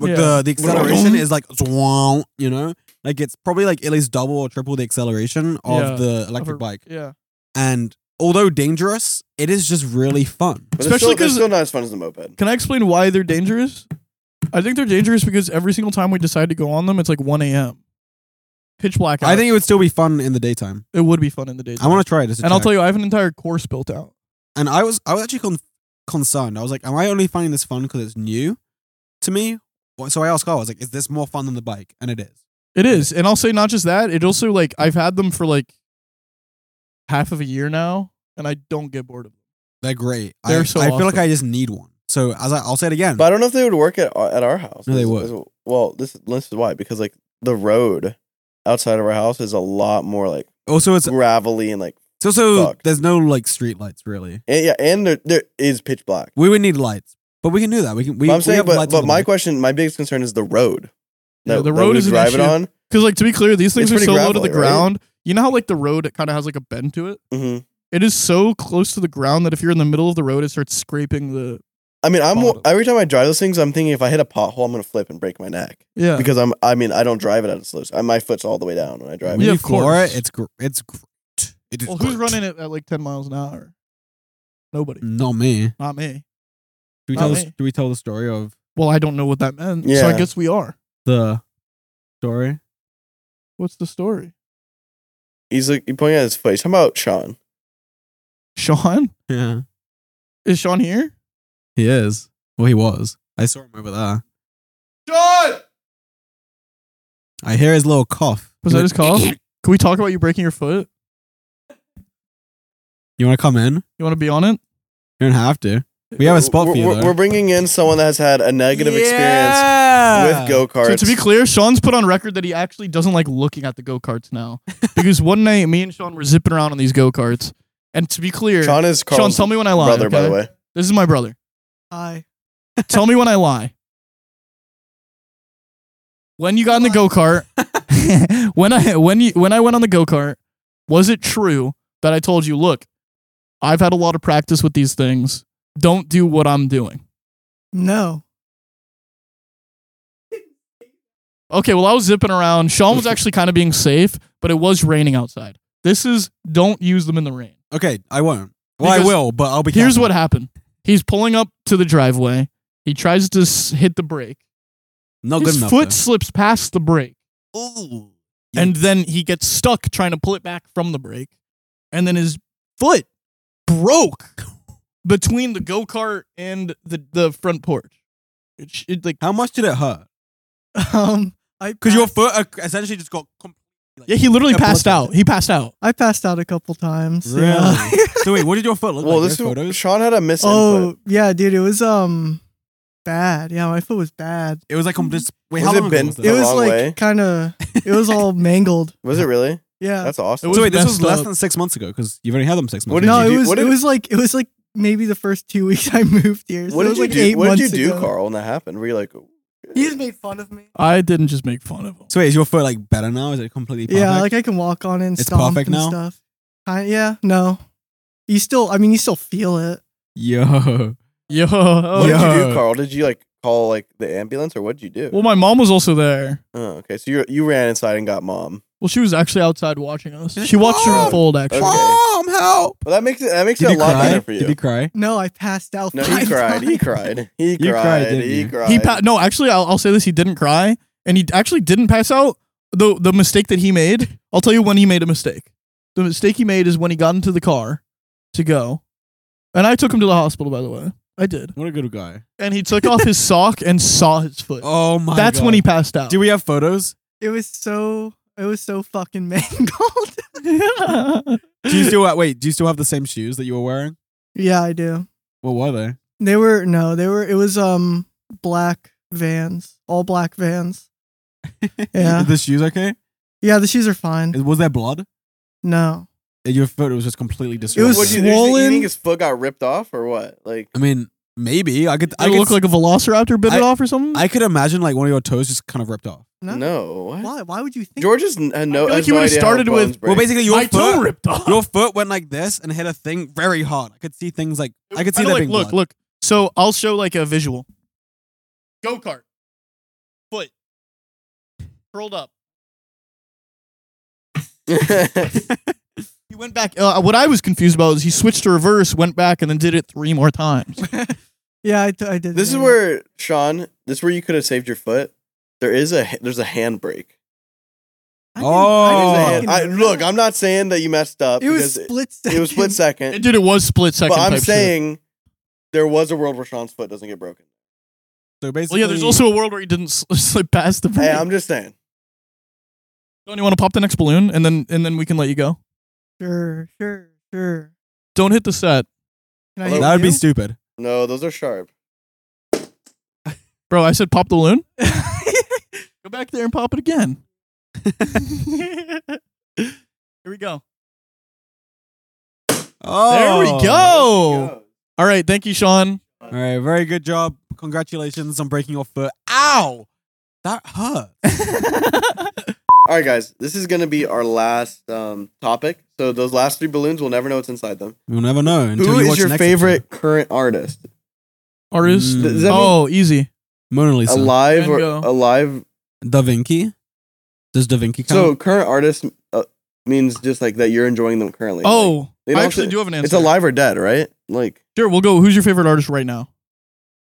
Speaker 2: Yeah.
Speaker 3: the the acceleration is like zwoong, you know like it's probably like at least double or triple the acceleration of
Speaker 2: Yeah,
Speaker 3: the electric
Speaker 2: a-
Speaker 3: bike.
Speaker 2: yeah,
Speaker 3: And although dangerous, it is just really fun.
Speaker 1: But
Speaker 2: Especially
Speaker 1: especially
Speaker 2: 'cause-
Speaker 1: because still not as fun as the moped.
Speaker 2: can I explain why they're dangerous? I think they're dangerous because every single time we decide to go on them, it's like 1 a.m. Pitch black.
Speaker 3: I
Speaker 2: out.
Speaker 3: think it would still be fun in the daytime.
Speaker 2: it would be fun in the daytime.
Speaker 3: I want to try it. As a
Speaker 2: and I'll
Speaker 3: check.
Speaker 2: tell you, I have an entire course built out.
Speaker 3: And I was I was actually con- concerned. I was like, am I only finding this fun because it's new to me? Well, So I asked Carl. I was like, is this more fun than the bike? And it is.
Speaker 2: It is, and I'll say not just that. It also like I've had them for like half of a year now, and I don't get bored of them.
Speaker 3: They're great. I,
Speaker 2: They're so
Speaker 3: I feel like
Speaker 2: awesome.
Speaker 3: I just need one. So as I, I'll say it again.
Speaker 1: But I don't know if they would work at our- at our house.
Speaker 3: No, they
Speaker 1: This-
Speaker 3: would.
Speaker 1: this- Well, this this is why because like the road outside of our house is a lot more like
Speaker 3: also, it's,
Speaker 1: gravelly and like
Speaker 3: it's also
Speaker 1: Fuck.
Speaker 3: there's no like street lights really.
Speaker 1: and, yeah, and there there is pitch black.
Speaker 3: We would need lights, but we can do that. We can. We,
Speaker 1: But I'm
Speaker 3: we
Speaker 1: saying,
Speaker 3: have
Speaker 1: but
Speaker 3: lights
Speaker 1: but
Speaker 3: on
Speaker 1: my
Speaker 3: the bike.
Speaker 1: question, my biggest concern is the road.
Speaker 2: Yeah, the
Speaker 1: that
Speaker 2: road
Speaker 1: we
Speaker 2: is an
Speaker 1: drive it
Speaker 2: issue.
Speaker 1: on.
Speaker 2: Because like to be clear, these things
Speaker 1: It's
Speaker 2: are
Speaker 1: pretty
Speaker 2: so low to the
Speaker 1: gravelly, right?
Speaker 2: ground. You know how like the road it kind of has like a bend to it.
Speaker 1: hmm
Speaker 2: It is so close to the ground that if you're in the middle of the road, it starts scraping the
Speaker 1: I mean, I'm
Speaker 3: Bottom.
Speaker 1: every time I drive those things, I'm thinking if I hit a pothole, I'm gonna flip and break my neck
Speaker 2: Yeah.
Speaker 1: because I'm. I mean, I don't drive it at a slow. speed. My foot's all the way down when I drive.
Speaker 3: When
Speaker 1: it.
Speaker 2: Yeah,
Speaker 3: you
Speaker 2: of
Speaker 3: floor
Speaker 2: course.
Speaker 3: it, it's gr- it's great. It is
Speaker 2: well, who's
Speaker 3: great.
Speaker 2: running it at like 10 miles an hour? Nobody.
Speaker 1: Mm.
Speaker 3: Not me.
Speaker 2: Not me.
Speaker 3: Do we
Speaker 2: Not
Speaker 3: tell the,
Speaker 2: me.
Speaker 3: do we tell the story of
Speaker 2: Well, I don't know what that meant. So I
Speaker 1: Yeah.
Speaker 2: guess we are.
Speaker 3: the story? <laughs>
Speaker 2: What's the story?
Speaker 1: He's like he pointing at his face. How about Sean?
Speaker 2: Sean?
Speaker 3: Yeah,
Speaker 2: Is Sean here?
Speaker 3: he is. Well, he was. I saw him over there.
Speaker 2: Sean!
Speaker 3: I hear his little cough.
Speaker 2: Was
Speaker 3: you
Speaker 2: that his call? Can we talk about you breaking your foot?
Speaker 3: You want to come in? You
Speaker 2: You want to be on it?
Speaker 3: don't have to. We have a spot
Speaker 1: we're,
Speaker 3: for you.
Speaker 1: We're,
Speaker 3: though.
Speaker 1: we're bringing in someone that has had a negative
Speaker 3: Yeah!
Speaker 1: experience with go karts.
Speaker 2: So to be clear, Sean's put on record that he actually doesn't like looking at the go karts now because one night me and Sean were zipping around on these go karts, and to be clear,
Speaker 1: Sean is
Speaker 2: Sean,
Speaker 1: Carl's
Speaker 2: tell me when I lie.
Speaker 1: brother, by
Speaker 2: okay?
Speaker 1: the way.
Speaker 2: this is my brother. Hi. <laughs> tell me when I lie. When you got in the go kart, <laughs> when I when you when I went on the go kart, was it true that I told you, look, I've had a lot of practice with these things. Don't do what I'm doing.
Speaker 6: No.
Speaker 2: Okay, well, I was zipping around. Sean was actually kind of being safe, but it was raining outside. This is don't use them in the rain.
Speaker 3: Okay, I won't. Well, I
Speaker 2: Because
Speaker 3: will, but I'll be.
Speaker 2: Here's
Speaker 3: careful.
Speaker 2: what happened he's pulling up to the driveway. He tries to s- hit the brake.
Speaker 3: Not Oh, good
Speaker 2: His
Speaker 3: enough.
Speaker 2: foot slips past the brake,
Speaker 3: though. Ooh.
Speaker 2: and then he gets stuck trying to pull it back from the brake. And then his foot broke between the go kart and the, the front porch. It, sh- it like
Speaker 3: How much did it hurt?
Speaker 6: Um, I
Speaker 3: Because your
Speaker 6: passed-
Speaker 3: foot uh, essentially just got. Com-
Speaker 2: yeah, he literally
Speaker 3: Yeah, blood
Speaker 2: passed out. He passed out.
Speaker 6: I passed out a couple times.
Speaker 3: Really?
Speaker 6: <laughs> Yeah.
Speaker 3: so wait, what did your foot look
Speaker 1: Well,
Speaker 3: like?
Speaker 1: this
Speaker 3: You have
Speaker 1: is,
Speaker 3: photos?
Speaker 1: Sean had a miss input.
Speaker 6: oh yeah, dude, it was um bad. Yeah, my foot was bad.
Speaker 3: It was like I'm just. Wait,
Speaker 1: Was
Speaker 3: how
Speaker 1: it
Speaker 3: long ago
Speaker 1: bent-
Speaker 3: was
Speaker 1: The
Speaker 6: It
Speaker 3: that?
Speaker 6: was
Speaker 1: wrong way?
Speaker 6: like kind of. It
Speaker 1: <laughs>
Speaker 6: was all mangled.
Speaker 1: Was it really?
Speaker 6: Yeah.
Speaker 1: That's awesome.
Speaker 2: was
Speaker 3: so wait, this was
Speaker 2: messed
Speaker 3: less
Speaker 2: up.
Speaker 3: than six months ago because you've only had them six months.
Speaker 1: What did
Speaker 3: ago.
Speaker 6: no,
Speaker 1: you
Speaker 6: it
Speaker 1: do?
Speaker 6: was.
Speaker 1: What
Speaker 6: it
Speaker 1: did-
Speaker 6: was like it was like maybe the first two weeks I <laughs> moved here. So
Speaker 1: what
Speaker 6: it
Speaker 1: did
Speaker 6: was
Speaker 1: you
Speaker 6: like
Speaker 1: do?
Speaker 6: eight
Speaker 1: What did you
Speaker 6: months
Speaker 1: do,
Speaker 6: ago.
Speaker 1: Carl? When that happened, were you like? oh,
Speaker 6: He's made fun of me.
Speaker 2: I didn't just make fun of him.
Speaker 3: So wait, is your foot like better now? Is it completely perfect?
Speaker 6: Yeah, like I can walk on it and
Speaker 3: It's
Speaker 6: stomp
Speaker 3: perfect
Speaker 6: and
Speaker 3: now?
Speaker 6: stuff. I, yeah, no. You still, I mean, you still feel it.
Speaker 3: yo,
Speaker 2: <laughs> Yo,
Speaker 1: What did you
Speaker 3: Yeah.
Speaker 1: do, Carl? Did you like call like the ambulance or what did you do?
Speaker 2: Well, my mom was also there.
Speaker 1: oh, okay, so you you ran inside and got mom.
Speaker 2: Well, she was actually outside watching us.
Speaker 3: She's
Speaker 2: She
Speaker 3: like,
Speaker 2: watched her
Speaker 3: "Mom!"
Speaker 2: unfold, actually.
Speaker 1: Okay.
Speaker 3: mom, help!
Speaker 1: Well, that makes it that makes
Speaker 3: Did
Speaker 1: it
Speaker 3: he
Speaker 1: a lot
Speaker 3: cry?
Speaker 1: better for you.
Speaker 3: Did he cry?
Speaker 6: No, I passed out.
Speaker 1: no, he
Speaker 6: <laughs> five
Speaker 1: cried. He
Speaker 6: times.
Speaker 1: cried. He
Speaker 3: cried,
Speaker 1: cried.
Speaker 3: didn't
Speaker 1: He
Speaker 3: you?
Speaker 1: cried.
Speaker 2: He pa- no, actually, I'll, I'll say this: he didn't cry, and he actually didn't pass out. the The mistake that he made, I'll tell you when he made a mistake. The mistake he made is when he got into the car to go, and I took him to the hospital. By the way, I did,
Speaker 3: What a good guy.
Speaker 2: and he took off
Speaker 3: <laughs>
Speaker 2: his sock and saw his foot.
Speaker 3: Oh my!
Speaker 2: That's
Speaker 3: God.
Speaker 2: when he passed out. <laughs>
Speaker 3: Do we have photos?
Speaker 6: It was so. It was so
Speaker 3: <laughs>
Speaker 6: fucking <laughs> mangled.
Speaker 3: Do <laughs> you still wait? Do you still have the same shoes that you were wearing?
Speaker 6: yeah, I do.
Speaker 3: What were they?
Speaker 6: They were no. They were. It was um black vans, all black vans. Yeah.
Speaker 3: Are the shoes okay?
Speaker 6: Yeah, the shoes are fine.
Speaker 3: Was there blood?
Speaker 6: No,
Speaker 3: Your foot was just completely
Speaker 6: It
Speaker 3: destroyed.
Speaker 6: was
Speaker 1: What do you, do you think- you
Speaker 6: swollen.
Speaker 1: think his foot got ripped off or what? Like
Speaker 3: I mean, maybe I could.
Speaker 2: I
Speaker 3: I could,
Speaker 2: look like a velociraptor bit
Speaker 3: I-
Speaker 2: it off or something.
Speaker 3: I could imagine like one of your toes just kind of ripped off.
Speaker 6: no.
Speaker 1: no, what?
Speaker 6: Why? Why would you think?
Speaker 1: George is n- had no.
Speaker 2: feel like
Speaker 1: has
Speaker 2: he
Speaker 1: no
Speaker 2: would've
Speaker 1: idea how
Speaker 2: started with-
Speaker 1: bones break.
Speaker 3: Well, basically, your
Speaker 2: my toe
Speaker 3: foot,
Speaker 2: ripped off.
Speaker 3: your foot went like this and hit a thing very hard. I could see things like I could see
Speaker 2: Kinda like,
Speaker 3: that being
Speaker 2: look, look.
Speaker 3: blood.
Speaker 2: So I'll show like a visual. Go kart, foot, curled up. He went back. Uh, what I was confused about is he switched to reverse, went back, and then did it three
Speaker 1: <laughs>
Speaker 2: more times.
Speaker 6: Yeah, I, t- I did.
Speaker 1: <laughs> this is
Speaker 6: that.
Speaker 1: where Sean. This is where you could have saved your foot. There is a h- there's a handbrake.
Speaker 6: I
Speaker 1: There's
Speaker 6: didn't-
Speaker 1: a
Speaker 3: Oh.
Speaker 6: I
Speaker 1: hand-
Speaker 6: didn't
Speaker 1: I,
Speaker 6: fucking know.
Speaker 1: look, I'm not saying that you messed up.
Speaker 6: It was
Speaker 1: because
Speaker 6: split.
Speaker 1: it,
Speaker 6: Second.
Speaker 1: it was split
Speaker 2: And
Speaker 1: second.
Speaker 2: Dude, it was split second.
Speaker 1: But I'm
Speaker 2: type shit.
Speaker 1: saying there was a world where Sean's foot doesn't get
Speaker 2: <laughs>
Speaker 1: broken.
Speaker 3: So
Speaker 2: Well,
Speaker 3: basically,
Speaker 2: yeah, there's also a world where he didn't s- <laughs> slip past the.
Speaker 1: Hey, I'm just saying.
Speaker 2: Don't you want to pop the next balloon and then and then we can let you go?
Speaker 6: Sure, sure, sure.
Speaker 2: Don't hit the set,
Speaker 6: Can I
Speaker 1: Hello?
Speaker 6: hit
Speaker 3: that would be
Speaker 6: you?
Speaker 3: stupid.
Speaker 1: No, those are sharp.
Speaker 2: bro. I said pop
Speaker 1: <laughs>
Speaker 2: the balloon. go back there and pop it again. Here we go.
Speaker 3: Oh,
Speaker 2: There we go. All right, thank
Speaker 1: <laughs>
Speaker 2: you, Sean.
Speaker 3: All right, very good job. Congratulations on breaking your foot. Ow, that hurt. <laughs>
Speaker 1: All right, guys, this is gonna be our last um, topic. So those last three balloons, we'll never know what's inside them.
Speaker 3: We'll never know until
Speaker 1: Who
Speaker 3: you
Speaker 1: is
Speaker 3: watch
Speaker 1: your
Speaker 3: the next
Speaker 1: favorite current artist?
Speaker 3: episode.
Speaker 2: artist?
Speaker 3: Mm.
Speaker 1: Does that mean-
Speaker 2: oh, easy.
Speaker 3: Mona
Speaker 2: uh,
Speaker 3: Lisa.
Speaker 1: alive or
Speaker 2: Bingo.
Speaker 1: alive.
Speaker 3: Da Vinci. Does Da Vinci count?
Speaker 2: Uh-huh.
Speaker 1: So current artist uh, means just like that you're enjoying them currently. Like,
Speaker 2: Oh,
Speaker 1: They
Speaker 2: I
Speaker 1: don't
Speaker 2: actually
Speaker 1: say-
Speaker 2: do have an answer.
Speaker 1: it's alive or dead, right? Like
Speaker 2: Sure, we'll go. Who's your favorite artist right now?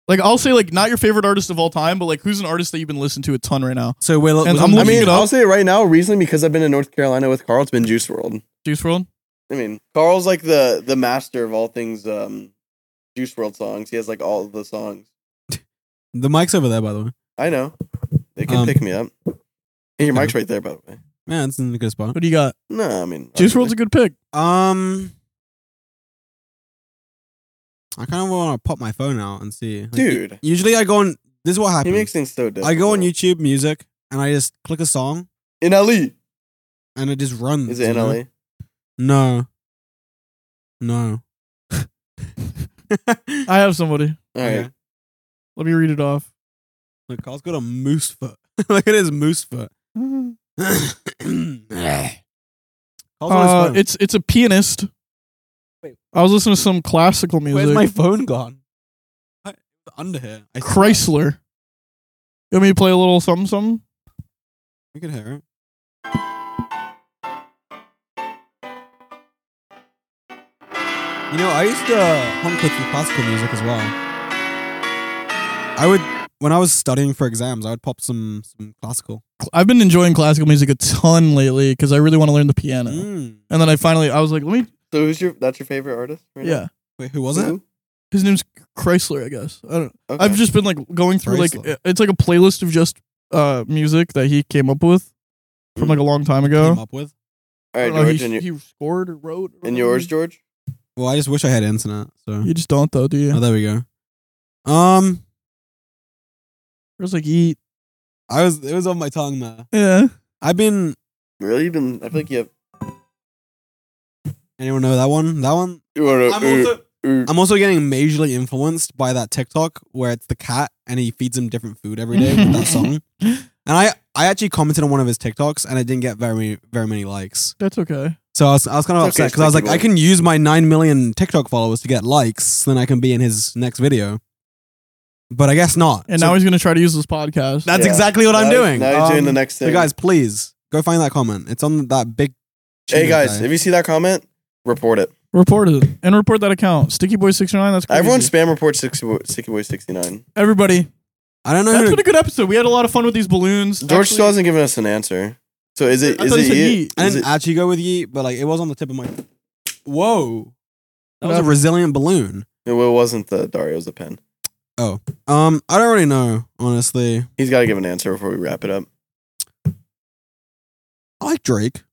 Speaker 2: Like, I'll say like not your favorite artist of all time, but like who's an artist that you've been listening to a ton right now?
Speaker 3: so we're,
Speaker 2: And
Speaker 3: we're-
Speaker 2: I'm
Speaker 1: I
Speaker 2: looking
Speaker 1: mean,
Speaker 2: it up.
Speaker 1: I'll say it right now. Recently, because I've been in North Carolina with Carl, it's been Juice World.
Speaker 2: Juice World.
Speaker 1: I mean, Carl's like the the master of all things um Juice World songs. He has like all of the songs.
Speaker 3: the mic's over there, by the way.
Speaker 1: I know. They can
Speaker 3: Um,
Speaker 1: pick me up. Hey, your
Speaker 2: uh-huh.
Speaker 3: okay.
Speaker 1: mic's right there, by the way.
Speaker 3: Yeah, it's in a good spot.
Speaker 2: What do you got?
Speaker 1: No, I mean
Speaker 2: Juice
Speaker 1: obviously.
Speaker 2: World's a good pick.
Speaker 3: Um, I kind of want to pop my phone out and see. Like,
Speaker 1: dude.
Speaker 3: Usually I go on. This is what
Speaker 1: He
Speaker 3: happens.
Speaker 1: makes things so difficult.
Speaker 3: I go on YouTube Music and I just click a song
Speaker 1: In LE.
Speaker 3: and it just
Speaker 2: Mm,
Speaker 3: runs.
Speaker 1: Is it
Speaker 3: you
Speaker 1: in E?
Speaker 3: know?
Speaker 1: LE?
Speaker 3: No. No.
Speaker 2: I have somebody.
Speaker 1: All right.
Speaker 3: Okay.
Speaker 2: Let me read it off.
Speaker 3: <laughs> Look, Carl's got a moose foot. <laughs> Look at his moose foot. <clears throat> Carl's
Speaker 2: Uh,
Speaker 3: on his phone.
Speaker 2: it's it's a pianist. I was listening to some classical music.
Speaker 3: Where's my phone gone? I- it's Under here. I swear.
Speaker 2: Chrysler. You want me to play a little something something?
Speaker 3: We can hear it. You know, I used to honk with some classical music as well. I would, when I was studying for exams, I would pop some some classical.
Speaker 2: I've been enjoying classical music a ton lately because I really want to learn the piano.
Speaker 3: Mm.
Speaker 2: And then I finally I was like, let me
Speaker 1: So who's your that's your favorite artist? right now?
Speaker 2: yeah.
Speaker 3: Wait, who was it?
Speaker 1: Who?
Speaker 2: His name's Chrysler, I guess. I don't
Speaker 1: Okay.
Speaker 2: I've just been like going through like
Speaker 3: Chrysler.
Speaker 2: uh, it's like a playlist of just uh music that he came up with from like a long time
Speaker 3: Came
Speaker 2: ago.
Speaker 3: up with.
Speaker 1: all
Speaker 2: I
Speaker 1: right,
Speaker 2: don't know,
Speaker 1: George,
Speaker 2: he,
Speaker 1: and, you,
Speaker 2: he scored or wrote or
Speaker 1: and yours,
Speaker 2: whatever.
Speaker 1: George.
Speaker 3: Well, I just wish I had internet. So
Speaker 2: You just don't though, do
Speaker 3: oh,
Speaker 2: you?
Speaker 3: there we go. Um,
Speaker 2: There's like eat.
Speaker 3: I was it was on my tongue there.
Speaker 2: Yeah.
Speaker 3: I've been.
Speaker 1: Really? You've been? I feel like you have.
Speaker 3: Anyone know that one? That one.
Speaker 1: You wanna,
Speaker 3: I'm also- I'm also getting majorly influenced by that TikTok where it's the cat and he feeds him different food every day with
Speaker 2: <laughs>
Speaker 3: that song. And I, I actually commented on one of his TikToks and it didn't get very very many likes.
Speaker 2: That's okay.
Speaker 3: So I was, I was kind of
Speaker 1: It's okay,
Speaker 3: upset
Speaker 1: it's
Speaker 3: because I was like, I
Speaker 1: clickable.
Speaker 3: can use my 9 million TikTok followers to get likes, then I can be in his next video. But I guess not.
Speaker 2: And
Speaker 3: So
Speaker 2: now he's gonna try to use this podcast.
Speaker 3: that's
Speaker 1: Yeah.
Speaker 3: exactly what I'm
Speaker 1: Now-
Speaker 3: doing.
Speaker 1: Now you're doing
Speaker 3: Um,
Speaker 1: the next thing.
Speaker 3: So guys, please go find that comment. It's on that big.
Speaker 1: hey
Speaker 3: cheetah
Speaker 1: guys,
Speaker 3: guy.
Speaker 1: if you see that comment, report it.
Speaker 2: report it and report that account. Sticky Boy sixty nine. That's crazy.
Speaker 1: Everyone spam report sixty boy, Sticky Boy sixty nine.
Speaker 2: Everybody.
Speaker 3: I don't know.
Speaker 2: That's
Speaker 3: who
Speaker 2: been
Speaker 3: to,
Speaker 2: a good episode. We had a lot of fun with these balloons.
Speaker 1: George still
Speaker 2: Actually,
Speaker 1: hasn't given us an answer. So is it
Speaker 2: I
Speaker 1: is
Speaker 2: thought
Speaker 1: it,
Speaker 2: he said
Speaker 1: you?
Speaker 2: yeet.
Speaker 3: I
Speaker 1: Is
Speaker 3: didn't
Speaker 1: it
Speaker 3: actually go with yeet, but like it was on the tip of my. Whoa, that was a
Speaker 2: Whatever.
Speaker 3: resilient balloon.
Speaker 1: no, it wasn't the Dario's a pen.
Speaker 3: Um, I don't really know, honestly.
Speaker 1: He's got to give an answer before we wrap it up.
Speaker 3: I like Drake.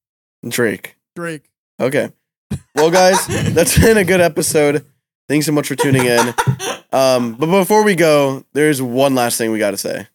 Speaker 1: Drake.
Speaker 2: Drake.
Speaker 1: Okay. Well, guys, that's been a good episode. Thanks so much for tuning in. Um, but before we go, there's one last thing we got to say.